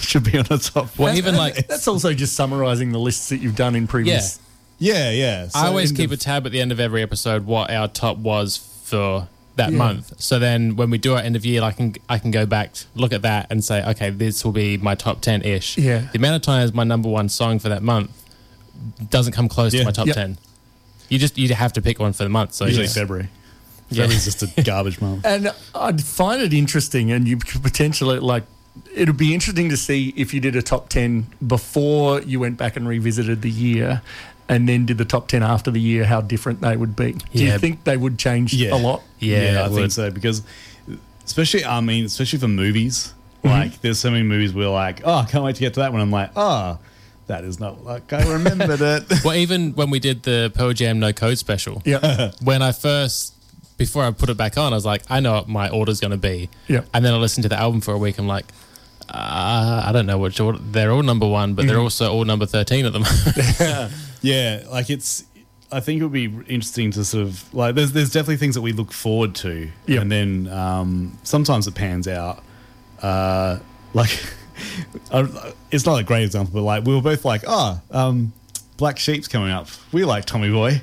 should be on the top. Well, even like, That's also just summarising the lists that you've done in yeah, previous. yeah, yeah. So I always in keep a tab at the end of every episode what our top was for that month. So then when we do our end of year, I can I can go back, look at that, and say, okay, this will be my top 10 ish. Yeah. The amount of times my number one song for that month doesn't come close Yeah. to my top Yep. 10. You just you have to pick one for the month. So usually yeah. February. Yeah. February's just a garbage month. And I'd find it interesting, and you could potentially like. It'd be interesting to see if you did a top ten before you went back and revisited the year, and then did the top ten after the year. How different they would be. Do Yeah. you think they would change a lot? Yeah, it I think would. so because especially I mean especially for movies like there's so many movies where like oh I can't wait to get to that one I'm like oh that is not like I remembered it Well, even when we did the Pearl Jam No Code special, Yeah. when I first before I put it back on, I was like, I know what my order's going to be. Yeah. And then I listened to the album for a week. I'm like, uh, I don't know which order. They're all number one, but they're also all number thirteen at the moment. yeah like it's I think it would be interesting to sort of like there's there's definitely things that we look forward to Yeah. and then um, sometimes it pans out uh, like I, it's not a great example but like we were both like oh um, Black Sheep's coming up we like Tommy Boy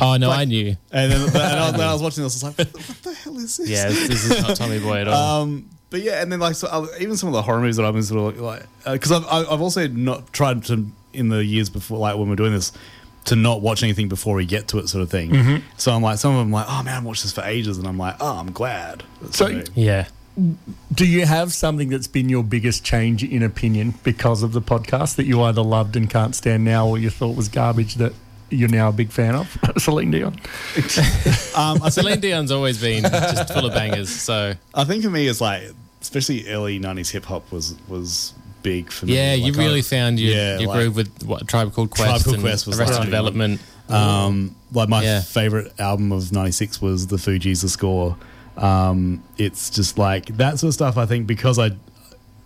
oh no, I knew. and then and I, when I was watching this I was like what the, what the hell is this Yeah, this this is not Tommy Boy at all. Um, but yeah, and then like so uh, even some of the horror movies that I've been sort of like because I've I've I've also not tried to in the years before like when we're doing this to not watch anything before we get to it sort of thing. So I'm like some of them like oh man I've watched this for ages and I'm like oh I'm glad. So- yeah. Do you have something that's been your biggest change in opinion because of the podcast that you either loved and can't stand now or you thought was garbage that you're now a big fan of? Celine Dion. um, I, think, Celine Dion's always been just full of bangers. So I think for me it's like especially early '90s hip hop was was big for me. yeah, you Like, I- really found your, yeah, your like- groove with what a Tribe Called Tribe Quest, Called and Quest was Arrested like- Development. Um, like my Yeah. favorite album of '96 was the Fugees The Score. Um, it's just like that sort of stuff. I think because I,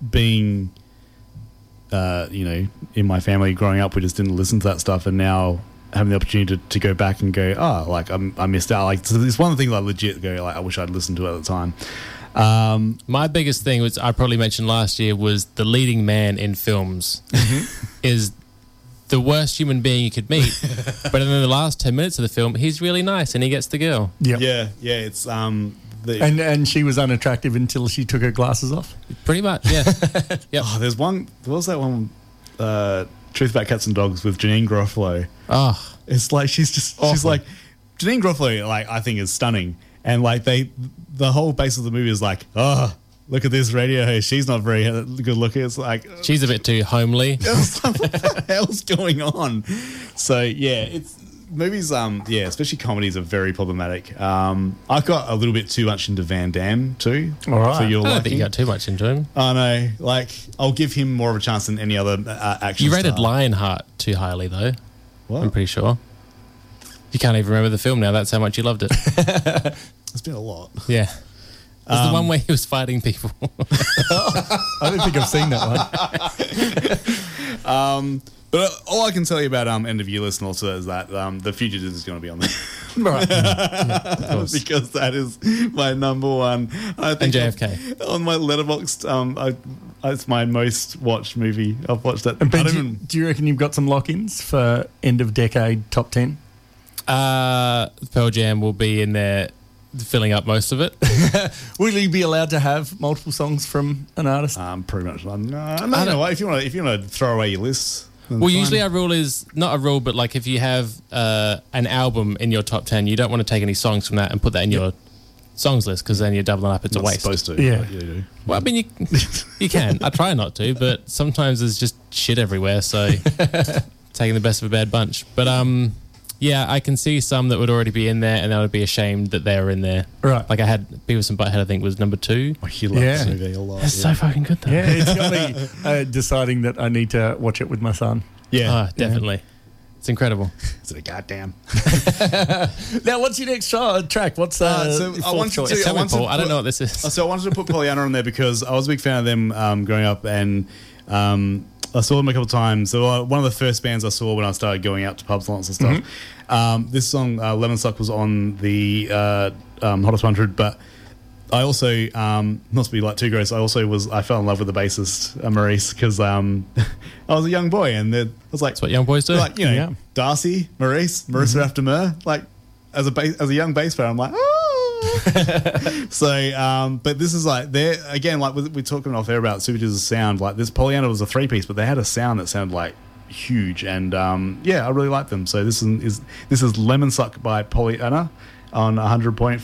being, uh, you know, in my family growing up, we just didn't listen to that stuff, and now having the opportunity to, to go back and go, oh, like I'm, I missed out. Like so it's one of the things I legit go like I wish I'd listened to it at the time. Um, My biggest thing, which I probably mentioned last year, was the leading man in films is the worst human being you could meet. but in the last 10 minutes of the film, he's really nice and he gets the girl. Yep. Yeah, yeah, it's um. The, And and she was unattractive until she took her glasses off. Pretty much, yeah. oh, there's one. What was that one? Uh, Truth about cats and dogs with Janine Groffalo. oh, It's like she's just she's Awful. like Janine Groffalo. Like I think is stunning, and like they the whole base of the movie is like, oh, look at this radio host. She's not very uh, good looking. It's like she's a bit too homely. It's like, what the hell's going on? So yeah, it's movies. Um, yeah, especially comedies are very problematic. Um, I got a little bit too much into Van Damme too. All right. for your I don't think liking. you got too much into him. I know. Like, I'll give him more of a chance than any other uh, action. You rated star. Lionheart too highly, though. What? I'm pretty sure. You can't even remember the film now. That's how much you loved it. It's been a lot. yeah. It was the one where he was fighting people. I don't think I've seen that one. But uh, all I can tell you about um, end of year list and also is that um, the fugitive is going to be on there because that is my number one. I think JFK. on my letterboxd. Um, I, it's my most watched movie. I've watched that. I But don't do, you, even- do you reckon you've got some lock-ins for end of decade top ten? uh, Pearl Jam will be in there filling up most of it. Will you be allowed to have multiple songs from an artist? um, pretty much. Um, no, no, you know what? If you want to, if you want to throw away your list. then Well, fine. usually our rule is not a rule, but like if you have uh, an album in your top 10, you don't want to take any songs from that and put that in your songs list because then you're doubling up. It's a Not waste. supposed to. Yeah. but you do. Well, I mean, you, you can. I try not to, but sometimes there's just shit everywhere. So taking the best of a bad bunch. But um, yeah, I can see some that would already be in there, and I would be ashamed that they were in there. Right. Like I had Beavis and Butthead, I think was number two. Oh, Oh, you love Yeah. this movie a lot. That's so fucking good though. Yeah, it's got me uh, deciding that I need to watch it with my son. yeah. Ah, definitely. It's incredible. Is it a goddamn? Now, what's your next uh, track? What's uh, Uh, so I fourth want you choice? to- Tell me, wanted to Paul. I don't put- know what this is. Uh, So I wanted to put Pollyanna on there because I was a big fan of them um, growing up, and um, I saw them a couple times. So uh, one of the first bands I saw when I started going out to pubs and lots of stuff. Mm-hmm. Um, this song uh, "Lemon Suck" was on the uh, um, Hottest 100, but I also um, not to be like too gross. I also was I fell in love with the bassist uh, Maurice because um, I was a young boy and the- I was like, That's what young boys do. like you know, Yeah. Mm-hmm. Darcy, Maurice, Marissa after Mur, like as a bass, as a young bass player, I'm like, "Oh." so, um, but this is like they're again, like we- we're talking off air about Superjuice's sound. Like this Pollyanna was a three piece, but they had a sound that sounded like huge, and um, yeah, I really like them. So this is, is this is Lemon Suck by Pollyanna on 100.5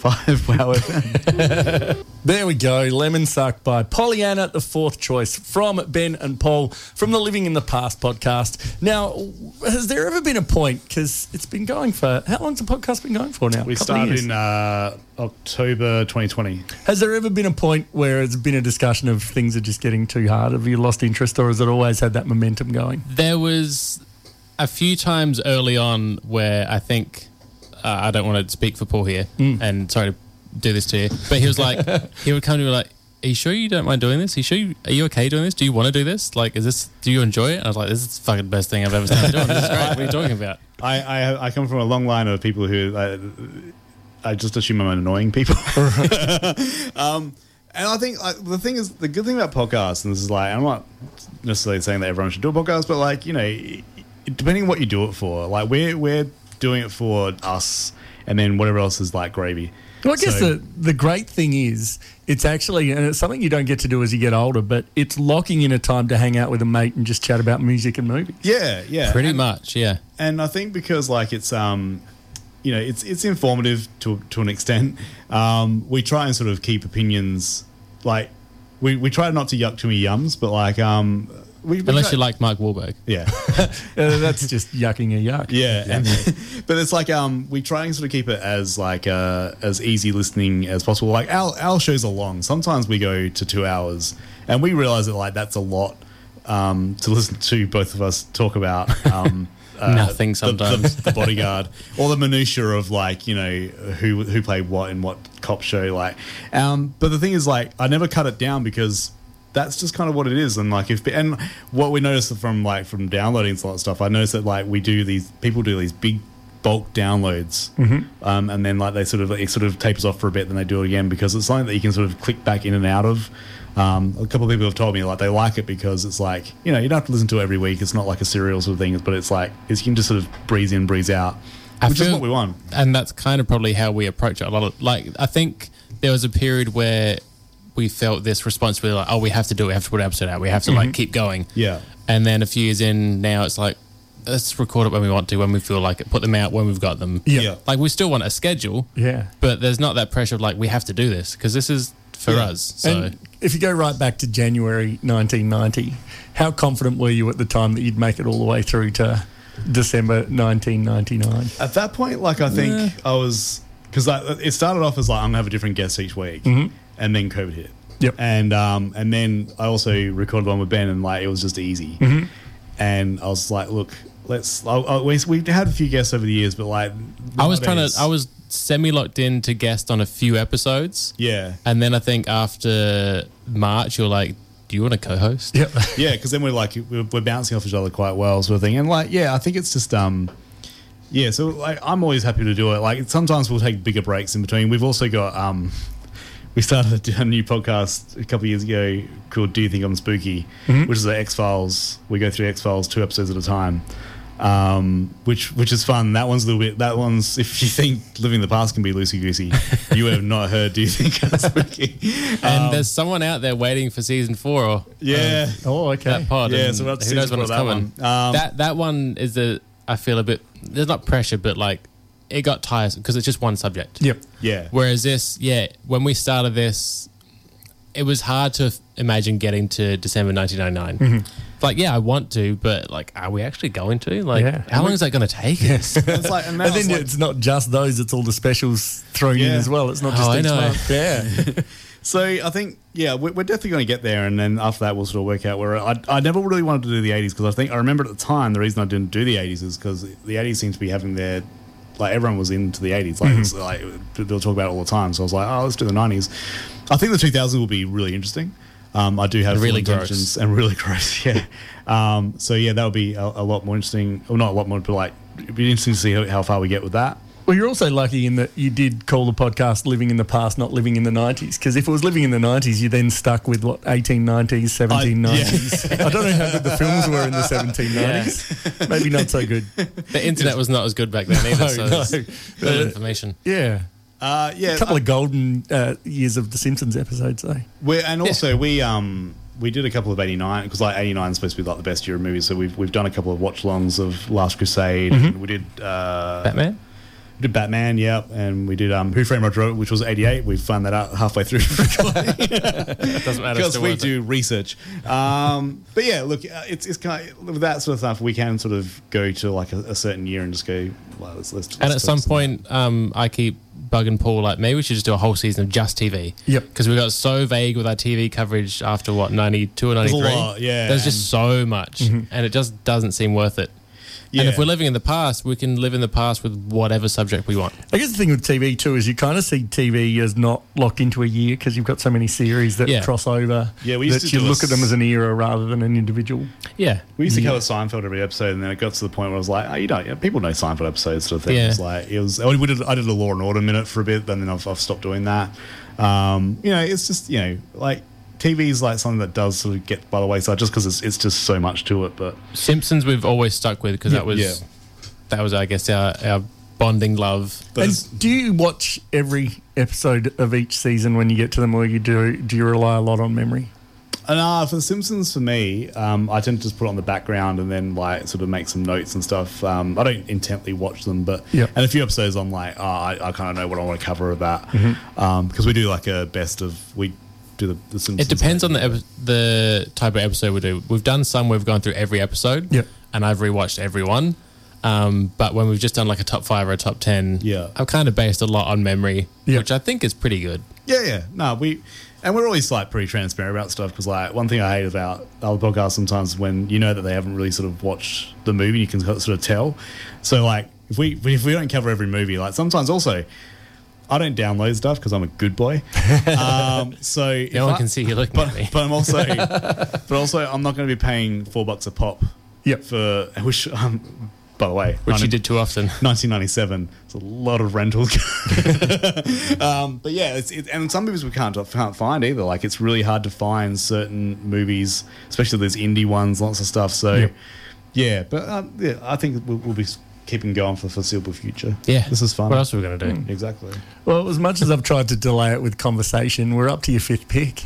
Wow FM. There we go. Lemon Suck by Pollyanna, the fourth choice from Ben and Paul from the Living in the Past podcast. Now, has there ever been a point? Because it's been going for how long's the podcast been going for now? We Couple started of years. in uh, October 2020. Has there ever been a point where it's been a discussion of things are just getting too hard? Have you lost interest, or has it always had that momentum going? There was a few times early on where I think uh, I don't want to speak for Paul here, Mm. and sorry to do this to you, but he was like, he would come to me like, "Are you sure you don't mind doing this? Are you sure? You, are you okay doing this? Do you want to do this? Like, is this? Do you enjoy it?" And I was like, "This is the fucking best thing I've ever started doing. This is great. What are you talking about?" I, I I come from a long line of people who I, I just assume I'm annoying people. um, and I think like, the thing is the good thing about podcasts, and this is like I'm not necessarily saying that everyone should do a podcast, but like you know, it- depending on what you do it for, like we're we're doing it for us, and then whatever else is like gravy. Well, I guess So- the, the great thing is it's actually, and it's something you don't get to do as you get older, but it's locking in a time to hang out with a mate and just chat about music and movies. Yeah, yeah, Pretty much, yeah. and I think because like it's um you know it's it's informative to to an extent um we try and sort of keep opinions like we we try not to yuck too many yums but like um we, we Unless try- you like Mark Wahlberg. yeah Uh, that's just yucking a yuck. yeah, and, but it's like um, we try and sort of keep it as like uh, as easy listening as possible. Like our our shows are long. Sometimes we go to two hours, and we realize that like that's a lot um, to listen to both of us talk about. Um, uh, Nothing the- sometimes. the, the bodyguard or the minutia of like you know who who played what in what cop show. Like, um, but the thing is, like, I never cut it down because that's just kind of what it is. And like, if and what we noticed from like from downloading a lot of stuff, I noticed that like we do these people do these big bulk downloads, um, and then like they sort of it sort of tapers off for a bit, then they do it again because it's something that you can sort of click back in and out of. Um, a couple of people have told me like they like it because it's like you know you don't have to listen to it every week. It's not like a serial sort of thing, but it's like it's, you can just sort of breeze in, breeze out, I which is feel- what we want. and that's kind of probably how we approach it a lot of like i think there was a period where we felt this responsibility like oh we have to do it we have to put an episode out we have to like keep going Mm-hmm. Yeah. and then a few years in now it's like let's record it when we want to when we feel like it put them out when we've got them Yeah. Yeah. like we still want a schedule Yeah. but there's not that pressure of like we have to do this because this is for Yeah. us so And if you go right back to January 1990, how confident were you at the time that you'd make it all the way through to December 1999? At that point, like I think I was because it started off as like I'm gonna have a different guest each week, Mm-hmm. and then COVID hit. Yep. And um, and then I also recorded one with Ben, and like it was just easy. Mm-hmm. And I was like, look, let's. I, I, we, we've had a few guests over the years, but like i was trying to nowadays- i was semi locked in to guest on a few episodes yeah. and then i think after march you're like do you want to co-host Yep. yeah, because then we're like we're, we're bouncing off each other quite well, sort of thing. And like, yeah, I think it's just um, yeah. So like, I'm always happy to do it. Like sometimes we'll take bigger breaks in between. We've also got um, we started a, a new podcast a couple of years ago called "Do You Think I'm Spooky," which is the X Files. We go through X Files two episodes at a time. Um, which which is fun. That one's a little bit. That one's if you think living in the past can be loosey goosey, you have not heard. Do you think I'm spooky? Um, And there's someone out there waiting for season four or Yeah, Oh, okay. that pod. Yeah, and so we're up to who knows season when four it's of that coming. one. Um, that that one is the I feel a bit there's not pressure, but like it got tiresome because it's just one subject. Yep. yeah. Whereas this, yeah, when we started this, it was hard to f- imagine getting to December Mm-hmm. 1999. Like, yeah, I want to, but like, are we actually going to? Like, Yeah. how long is that going to take us? It's like, and now And it's then like- it's not just those; it's all the specials thrown in Yeah. as well. It's not just Oh, I each know. month. Yeah. So I think yeah, we're, we're definitely going to get there, and then after that we'll sort of work out where I, I never really wanted to do the '80s because I think I remember at the time the reason I didn't do the '80s is because the '80s seemed to be having their like everyone was into the '80s, like, Mm-hmm. it's like they'll talk about it all the time. So I was like, oh, let's do the '90s. I think the 2000s will be really interesting. Um, I do have Really full gross. intentions and really gross, yeah. um, so yeah, that would be a, a lot more interesting. Well, not a lot more, but like it'd be interesting to see how, how far we get with that. Well, you're also lucky in that you did call the podcast "Living in the Past," not "Living in the '90s," because if it was "Living in the '90s," you then stuck with what 1890s, 1790s. I, don't know how good the films were in the 1790s. Maybe not so good. the internet was not as good back then either. so no. there's little information. Yeah, Uh, yeah, a couple of golden uh, years of the Simpsons episodes, eh? though. we and also we um we did a couple of 89 because like 89 is supposed to be like the best year of movies so we've, we've done a couple of watch longs of last crusade and we did uh Batman. we did batman yeah and we did um who framed roger Rabbit, which was 88 we found that out halfway through Doesn't matter. because still we worth it. do research. Um, but yeah, look, uh, it's it's kind of with that sort of stuff. We can sort of go to like a, a certain year and just go. Well, let's, let's, And at let's some focus on point, um, I keep bugging Paul like maybe we should just do a whole season of just TV. Yep. Because we got so vague with our TV coverage after what ninety two or ninety a three. lot, yeah, There's and- just so much, and it just doesn't seem worth it. And if Yeah. we're living in the past, we can live in the past with whatever subject we want. I guess the thing with TV too is you kind of see TV as not locked into a year because you've got so many series that Yeah. cross over. Yeah, we used that to you do a look at them s- as an era rather than an individual. Yeah. We used to cover Seinfeld every episode, and then it got to the point where I was like, "Oh, you don't. yeah, People know Seinfeld episodes, sort of thing." Yeah. It's like it was. I, we did, I did a Law and Order minute for a bit, and then I've, I've stopped doing that. Um, you know, it's just you know, like TV is like something that does sort of get by the wayside just because it's, it's just so much to it. But Simpsons we've always stuck with because that was Yeah. that was I guess our, our bonding love. but it's- and do you watch every episode of each season when you get to them, or you do? Do you rely a lot on memory? And uh, for The Simpsons, for me, um, I tend to just put it on the background and then like sort of make some notes and stuff. Um, I don't intently watch them, but Yep. and a few episodes I'm like, oh, I, I kind of know what I want to cover of that because we do like a best of we do the, the Simpsons. It depends on the epi- the type of episode we do. We've done some where we've gone through every episode, Yep. and I've rewatched every one. Um, but when we've just done like a top five or a top ten, Yeah. I've kind of based a lot on memory, Yeah. which I think is pretty good. Yeah, yeah. No, we and we're always like pretty transparent about stuff because like one thing I hate about other podcasts sometimes is when you know that they haven't really sort of watched the movie, you can sort of tell. So like if we if we don't cover every movie, like sometimes also I don't download stuff because I'm a good boy. Um, so if No one I- can see you looking at me. but I'm also, but also, I'm not going to be paying four bucks a pop. Yep. For which, um, by the way, Which you 90 did too often. 1997. It's a lot of rentals. um, but yeah, it's, it, and some movies we can't can't find either. Like it's really hard to find certain movies, especially those indie ones, lots of stuff. So yeah, but uh, yeah, I think we'll, we'll be keeping going for the foreseeable future. Yeah. this is fun. What else are we going to do? Exactly. Well, as much as I've tried to delay it with conversation, we're up to your fifth pick.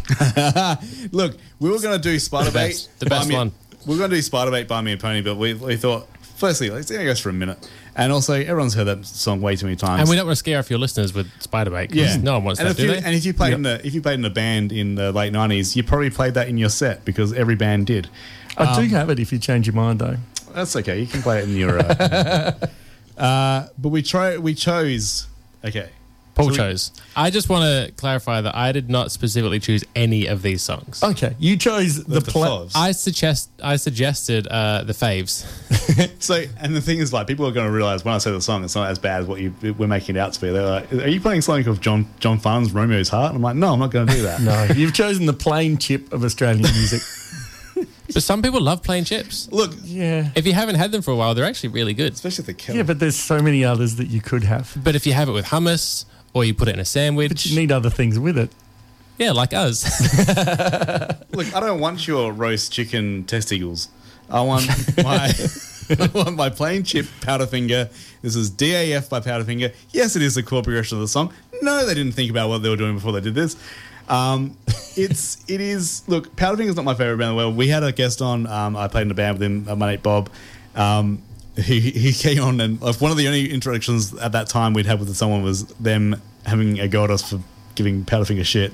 Look, we were going to do Spider Bait. best- the best Buy Me- one. We were going to do Spider Bait, Buy Me a Pony, but we, we thought, firstly, let's see how it goes for a minute. And also, everyone's heard that song way too many times. And we don't want to scare off your listeners with Spiderbait. Yeah. No one wants and that, if do you, they? And if you played in a if you played in a band in the late nineties, you probably played that in your set because every band did. I do have it if you change your mind, though. That's okay. You can play it in your. Uh, uh, but we try. We chose. Okay. Paul So we- chose. I just want to clarify that I did not specifically choose any of these songs. Okay, you chose the, the pla- fives. I suggest I suggested uh, the faves. So, and the thing is, like, people are going to realize when I say the song, it's not as bad as what you we're making it out to be. They're like, "Are you playing something of John John Farnham's Romeo's Heart?" And I'm like, "No, I'm not going to do that." No, you've chosen the plain chip of Australian music. But some people love plain chips. Look, yeah. If you haven't had them for a while, they're actually really good. especially the killer. Yeah, but there's so many others that you could have. But if you have it with hummus or you put it in a But sandwich, you need other things with it. yeah, like us. Look, I don't want your roast chicken testicles. I want my I want my plain chip Powderfinger. This is DAF by Powderfinger. Yes, it is the core progression of the song. No, they didn't think about what they were doing before they did this. Um, it's it is look Powderfinger's not my favorite band in the world. We had a guest on. Um, I played in a band with him. uh, My mate Bob. Um, he, he came on and like, one of the only introductions at that time we'd had with someone was them having a go at us for giving Powderfinger shit.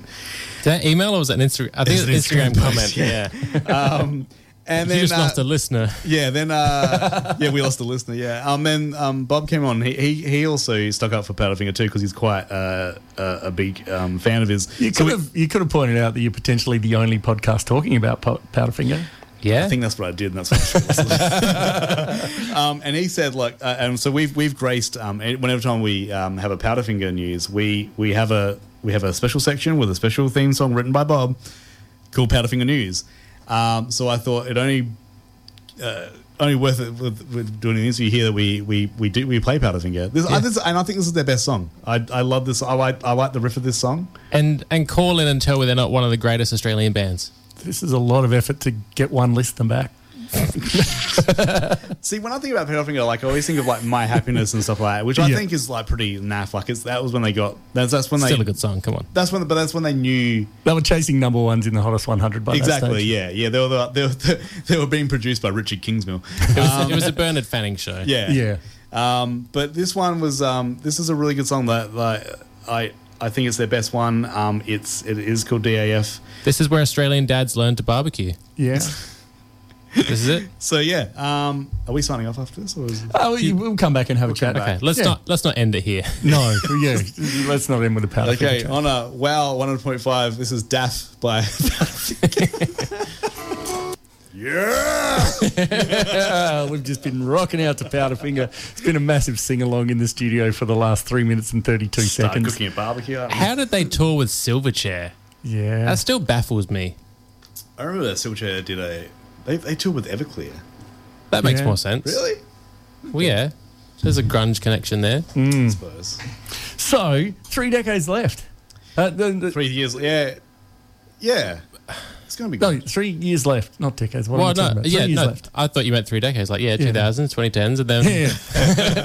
Is that email or was that an Instagram? I think It's it's an an Instagram, Instagram post, comment. Yeah. Um, and You then just uh, lost a listener. Yeah, then uh, yeah, we lost a listener. Yeah, um, then um, Bob came on. He he, he also stuck up for Powderfinger too because he's quite uh, a, a big um, fan of his. You So could we- have you could have pointed out that you're potentially the only podcast talking about Pow- Powderfinger. Yeah. I think that's what I did, and that's what I um, And he said, like, uh, and so we've we've graced um, and whenever time we um, have a Powderfinger news, we we have a we have a special section with a special theme song written by Bob called Powderfinger News. Um, so I thought it only uh, only worth it with, with doing an interview here that we we we do we play Powderfinger. This, I, this and I think this is their best song. I I love this. I like I like the riff of this song. and and call in and tell whether they're not one of the greatest Australian bands. This is a lot of effort to get one listener back. See, when I think about Powderfinger, like I always think of like My Happiness and stuff like that, which I Yeah. think is like pretty naff. Like it's that was when they got that's that's when Still they a good song. Come on. that's when but that's when they knew They were chasing number ones in the hottest 100 by that exactly. stage. Yeah, yeah. They were the, they were they were being produced by Richard Kingsmill. It was, it was a Bernard Fanning show. Yeah, Yeah. Um, but this one was um, this is a really good song that like I I think it's their best one. Um, it's it is called DAF. This is where Australian dads learn to barbecue. Yeah. This is it. So yeah, um, are we signing off after this? Or is Oh, you, we'll come back and have a chat. Okay, let's Yeah. not let's not end it here. No, yeah. Let's not end with a powder. okay, finger. on a wow one hundred point five. This is DAF by. yeah. Uh, we've just been rocking out to Powderfinger. It's been a massive sing along in the studio for the last three minutes and 32 seconds. cooking a barbecue. I, How did they tour with Silverchair? Yeah. That still baffles me. remember that Silverchair did a. They, they toured with Everclear. That makes Yeah. more sense. Well, yeah. There's a grunge connection there. I suppose. so, three decades left. Uh, the, the- Three years. Yeah. Yeah. It's going to be no, good. three years left, not decades. What am I Well, talking no, about? Three yeah, years no. left. I thought you meant three decades, like yeah, 2000s, 2010s, and then Yeah.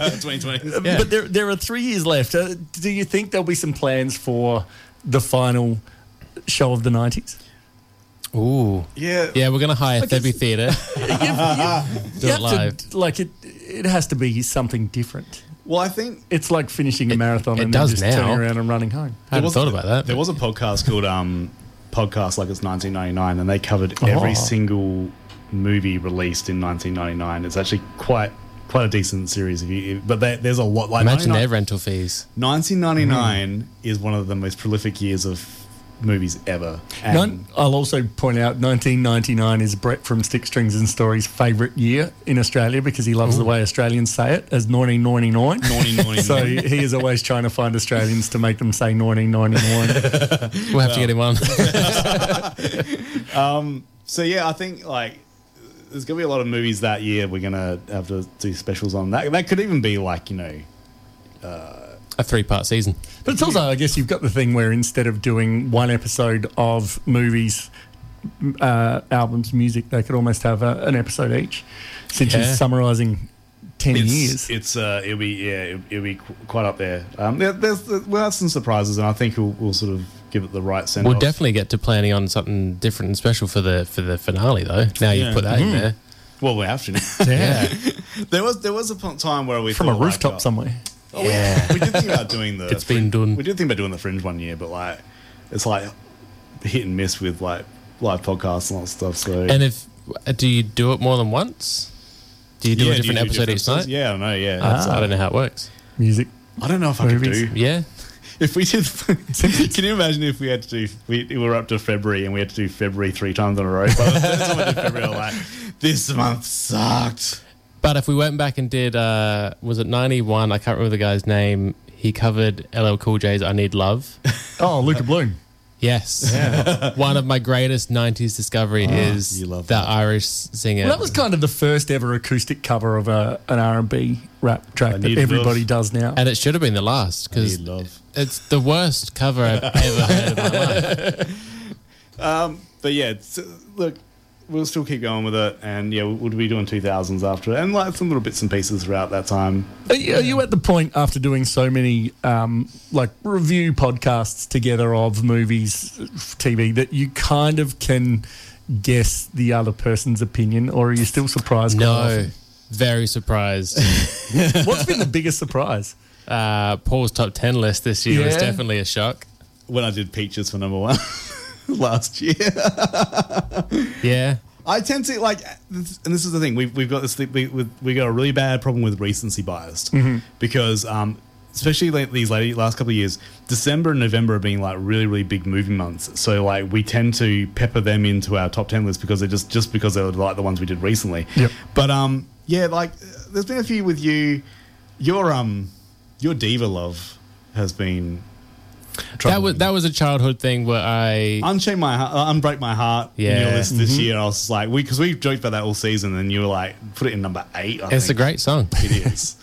2020. Yeah. But there, there are three years left. Uh, do you think there'll be some plans for the final show of the 90s? ooh, Yeah. yeah, we're gonna hire Thebby Theatre. Do You it have live. To, like, it, it has to be something different. Well, I think It's like finishing a marathon it and then does just now. turning around and running home. I hadn't was- thought about that. there was a podcast called um, Podcast Like It's 1999, and they covered every Oh. single movie released in 1999. It's actually quite quite a decent series. If you, but there, there's a lot. Like Imagine 99 their rental fees. 1999 is one of the most prolific years of movies ever. And Nine, I'll also point out 1999 is Brett from Stick Strings and Stories' favourite year in Australia because he loves the way Australians say it as 1999. Naughty, naughty, so naughty. he is always trying to find Australians to make them say 1999. We'll have to get him on. So yeah, I think like there's gonna be a lot of movies that year. We're gonna have to do specials on that. That could even be like you know, a three part season. but it's also, I guess, you've got the thing where instead of doing one episode of movies, m- uh, albums, music, they could almost have a, an episode each since Yeah. you're summarising 10 it's years. it's uh, it'll be yeah, it'll, it'll be qu- quite up there. Um, there- there's we'll have some surprises, and I think we'll, we'll sort of give it the right send. We'll definitely get to planning on something different and special for the for the finale though. Now you've Yeah. put that in there. Well, we have to. Yeah. there was there was a po- time where we from a thought, like, rooftop uh, somewhere. oh, we- we, did think about doing the. It's been done. We did think about doing the fringe one year, but like it's like hit and miss with like live podcasts and all that stuff. So And if uh, do you do it more than once? Do you do Yeah, a do you different do episode different each night? Uh, episodes? Yeah, I don't know. Yeah, That's- I don't know how it works. Music. I don't know if I could Movies. do. Yeah. If we did, can you imagine if we had to do? We, we were up to February and we had to do February three times in a row. By the third time I did February, I'm like, this month sucked. But if we went back and did uh was it ninety one, I can't remember the guy's name. He covered LL Cool J's I Need Love. Oh, Luca Bloom. Yes. One of my greatest 90s discovery is Ah, you love that, Irish singer. Well, that was kind of the first ever acoustic cover of a, an R&B rap track that need everybody love. does now. and it should have been the last because Need love. it's the worst cover I've ever heard in my life. But yeah, it's, look, we'll still keep going with it, and yeah, we'll be doing two thousands after it, and like some little bits and pieces throughout that time. Are you, are you at the point after doing so many um, like review podcasts together of movies, TV that you kind of can guess the other person's opinion, or are you still surprised? quite No, often? very surprised. What's been the biggest surprise? Uh, Paul's top 10 list this year was Yeah. definitely a shock. When I did Peaches for number one last year, Yeah. I tend to like, this- and this is the thing we've we've got this thing, we with we got a really bad problem with recency bias because um especially like these late, last couple of years December and November have been like really really big movie months so like we tend to pepper them into our top ten list because they're just just because they were like the ones we did recently. Yep. But um yeah like there's been a few with you your um your diva love has been That troubling was me. that was a childhood thing where I Unchain my heart, uh, unbreak my heart. in your Yeah. Mm-hmm. list this year. I was like, we because we joked about that all season, and you were like, put it in number eight. I It's a think. great song. It is.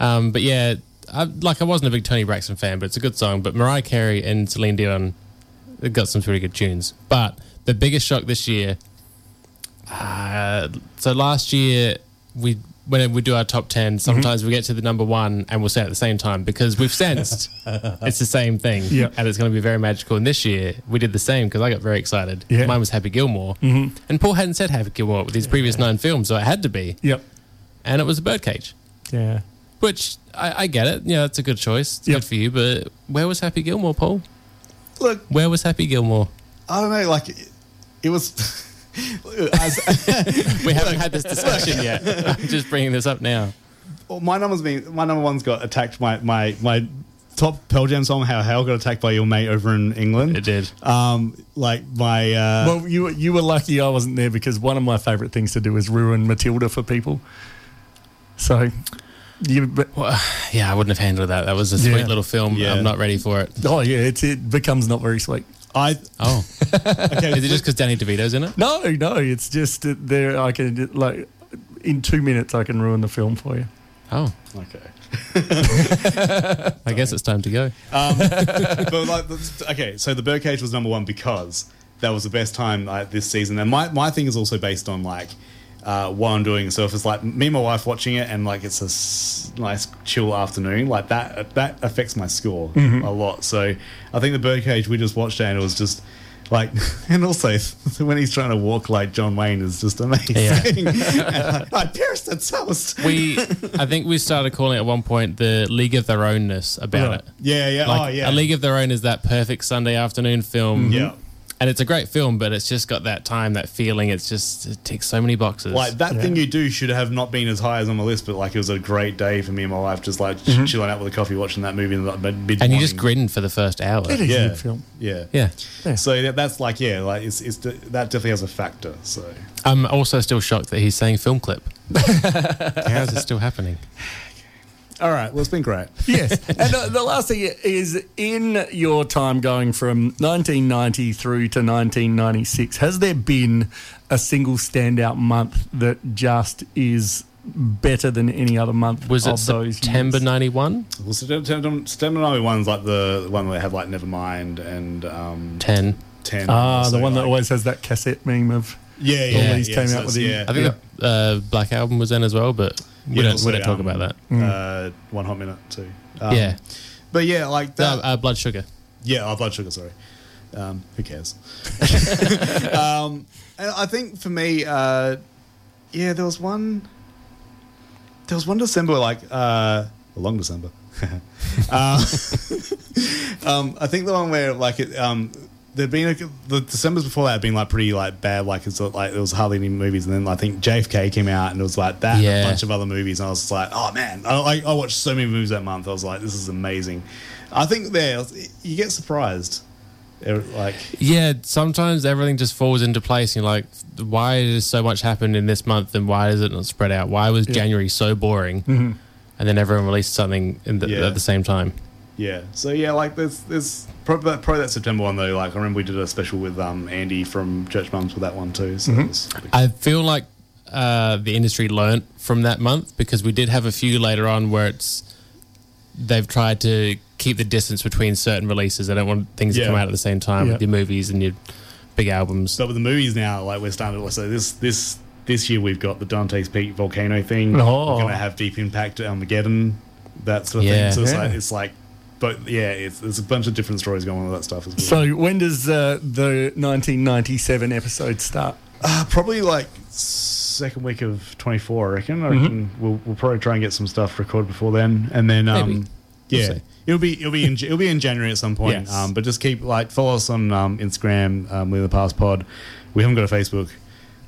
Um, but yeah, I, like I wasn't a big Tony Braxton fan, but it's a good song. But Mariah Carey and Celine Dion they got some pretty good tunes. But the biggest shock this year. Uh, so last year we when we do our top Mm-hmm. ten, sometimes we get to the number one and we'll say it at the same time because we've sensed it's the same thing Yeah. and it's going to be very magical. And this year we did the same because I got very excited. Yeah. Mine was Happy Gilmore, mm-hmm. and Paul hadn't said Happy Gilmore with his previous nine films, so it had to be, Yep. and it was a Birdcage. Yeah. Which I, I get it. Yeah, it's a good choice. It's Yep. good for you. But where was Happy Gilmore, Paul? Look, Where was Happy Gilmore? I don't know. Like, it, it was. as, We haven't had this discussion yet. I'm just bringing this up now. my number's been my number one's got attacked. My my my top Pearl Jam song, "How Hell," got attacked by your mate over in England. It did. Um, like my. Uh, Well, you you were lucky I wasn't there because one of my favourite things to do is ruin Matilda for people. So, you but, Yeah, I wouldn't have handled that. That was a Yeah. sweet little film. Yeah. I'm not ready for it. oh yeah, it's, it becomes not very sweet. I Oh, okay. is it just because Danny DeVito's in it? No, no, it's just that there. I can like in two minutes I can ruin the film for you. Oh, okay. I guess it's time to go. but like, that's- okay, so the Birdcage was number one because that was the best time like, this season, and my my thing is also based on like. Uh, what I'm doing, so if it's like me and my wife watching it, and like it's a s- nice chill afternoon, like that that affects my score a lot. So I think the Birdcage we just watched, it and it was just like, and also when he's trying to walk like John Wayne is just amazing. and, I, I pierced its house. We, I think we started calling it at one point the League of Their Ownness about it. yeah, yeah, Like, oh yeah, A League of Their Own is that perfect Sunday afternoon film. Yeah. And it's a great film, but it's just got that time, that feeling. It's just it ticks so many boxes. Like that thing you do should have not been as high as on the list, but like it was a great day for me and my wife, just like ch- Mm-hmm. chilling out with a coffee, watching that movie in the mid. mid- and you just morning. grinned for the first hour. It is Yeah, a good film. Yeah, Yeah. So that, that's like yeah, like it's, it's de- that definitely has a factor. So I'm also still shocked that he's saying film clip. How is it still happening? all right, well it's been great. Yes. and uh, the last thing is in your time going from 1990 through to 1996, has there been a single standout month that just is better than any other month? Was it of those September years? 91? Well, September September Army one's like the one where they had like Nevermind and um, 10. ten. Ah, So, the one that like- always has that cassette meme of. yeah yeah always yeah, came so out it's- with the- yeah. I think the uh, Black Album was then as well, but we Yeah, don't, also, we don't talk um, about that. Mm. Uh, one hot minute too. Um, yeah. but yeah, like No, that. uh, Blood Sugar. Yeah, oh, blood sugar. Sorry. Um, who cares? um, and I think for me, uh, yeah, there was one. There was one December, like uh, a long December. uh, um, I think the one where like it, um, there'd been a, the December's before that had been like pretty like bad, like it's like there was hardly any movies, and then I think JFK came out, and it was like that, and Yeah. a bunch of other movies, and I was just like, oh man, I, I, I watched so many movies that month. I was like, this is amazing. I think there you get surprised, Eh, like Yeah, sometimes everything just falls into place. And you're like, why does so much happen in this month and why does it not spread out? Why was January so boring? And then everyone released something in the, Yeah. at the same time. yeah. So yeah, like there's there's probably that, probably that September one though. Like I remember we did a special with um Andy from Church Mums with that one too. Mm-hmm. So it was- I feel like uh, the industry learnt from that month because we did have a few later on where it's they've tried to keep the distance between certain releases. They don't want things Yeah. to come out at the same time Yeah. with your movies and your big albums. So with the movies now, like we're starting to so this this this year we've got the Dante's Peak volcano thing. Oh. We're gonna have Deep Impact Armageddon, that sort of Yeah. thing. So it's Yeah. like it's like but yeah, it's there's a bunch of different stories going on with that stuff as well. So when does uh, the 1997 episode start? Uh, probably like second week of 24, I reckon. I reckon we'll, we'll probably try and get some stuff recorded before then, and then um, Mm-hmm. Maybe. yeah, We'll see. it'll be it'll be in it'll be in January at some point. Yes. Um, but just keep like follow us on um, Instagram, um, we the past pod. We haven't got a Facebook.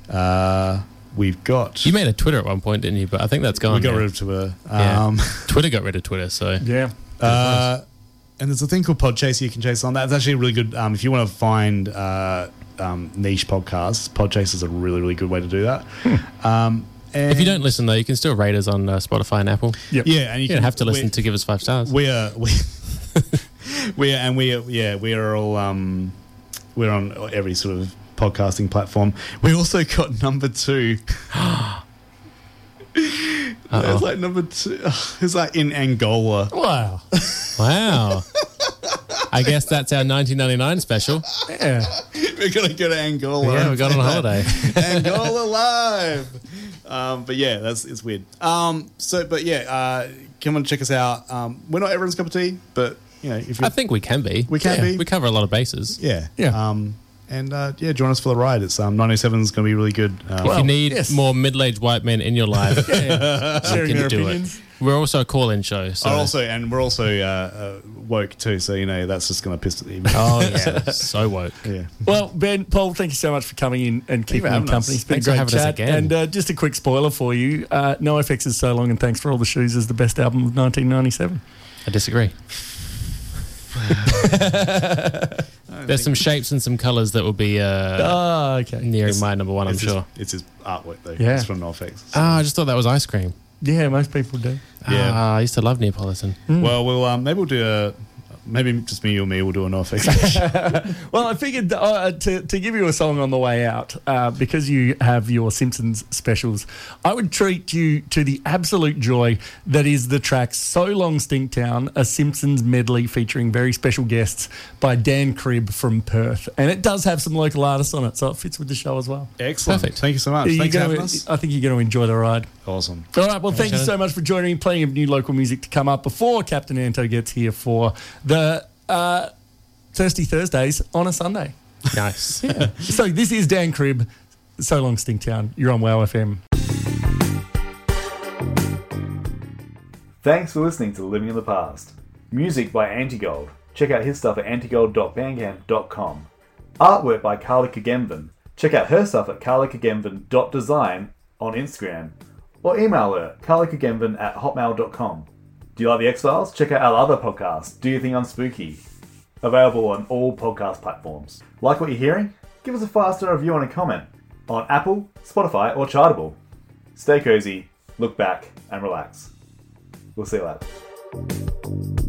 Uh, we've got You made a Twitter at one point, didn't you? But I think that's gone. we got now. rid of Twitter. Yeah. Um, Twitter got rid of Twitter, so Yeah. Uh, and there's a thing called Podchaser you can chase on. That's actually a really good. Um, if you want to find uh, um, niche podcasts, Podchaser is a really really good way to do that. um, and Hmm. if you don't listen though, you can still rate us on uh, Spotify and Apple. Yep. yeah, and you, You can don't have to we- listen to give us five stars. We are we we are, and we are, yeah we are all um we're on every sort of podcasting platform. We also got number two. It's like number two. It's like in Angola. Wow. Wow. I guess that's our 1999 special. Yeah. We're gonna go to Angola. Yeah, we got on a holiday. Angola live. Um, but yeah, that's it's weird. Um, so, but yeah, uh, come and check us out. Um, we're not everyone's cup of tea, but you know, if you I think we can be. We can Yeah, be. We cover a lot of bases. yeah, Yeah. Um, and uh, yeah, join us for the ride. It's um, 97 is going to be really good. Um, If you need yes. more middle-aged white men in your life, you Sharing can their do opinions. it. We're also a call-in show. So. oh, also, and we're also uh, uh, woke too, so you know that's just going to piss it even. oh yeah, so woke. yeah. Well, Ben, Paul, thank you so much for coming in and keeping me having company. us. It's been Thanks a for great having us chat. again. And uh, just a quick spoiler for you: uh, No FX is so long, and thanks for all the shoes is the best album of 1997. I disagree. There's some shapes and some colours that will be uh, Ah, okay. nearing my number one. I'm It's his- sure. it's his artwork though. Yeah. it's from NoFX. Ah, I just thought that was ice cream. Yeah, most people do. Yeah. Ah, I used to love Neapolitan. Well, we'll um, maybe we'll do a maybe just me or me will do an NoFX. Well, I figured uh, to, to give you a song on the way out, uh, because you have your Simpsons specials, I would treat you to the absolute joy that is the track So Long Stinktown, a Simpsons medley featuring very special guests by Dan Cribb from Perth. And it does have some local artists on it, so it fits with the show as well. Excellent. Perfect. Thank you so much. You're Thanks for gonna- having us. I think you're going to enjoy the ride. Awesome. All right. Well, thank you Shannon. so much for joining me. Plenty of new local music to come up before Captain Anto gets here for the uh, Thirsty Thursdays on a Sunday. Nice. so this is Dan Cribb. So long, Stinktown. You're on WOW FM. Thanks for listening to Living in the Past. Music by Antigold. Check out his stuff at antigold.bandcamp.com. Artwork by Carla Kagemben. Check out her stuff at carlakagemben.design on Instagram or email her carlakagemben at hotmail.com. Do you like The X Files? Check out our other podcast, Do You Think I'm Spooky? Available on all podcast platforms. Like what you're hearing? Give us a five star review and a comment on Apple, Spotify, or Chartable. Stay cozy, look back, and relax. We'll see you later.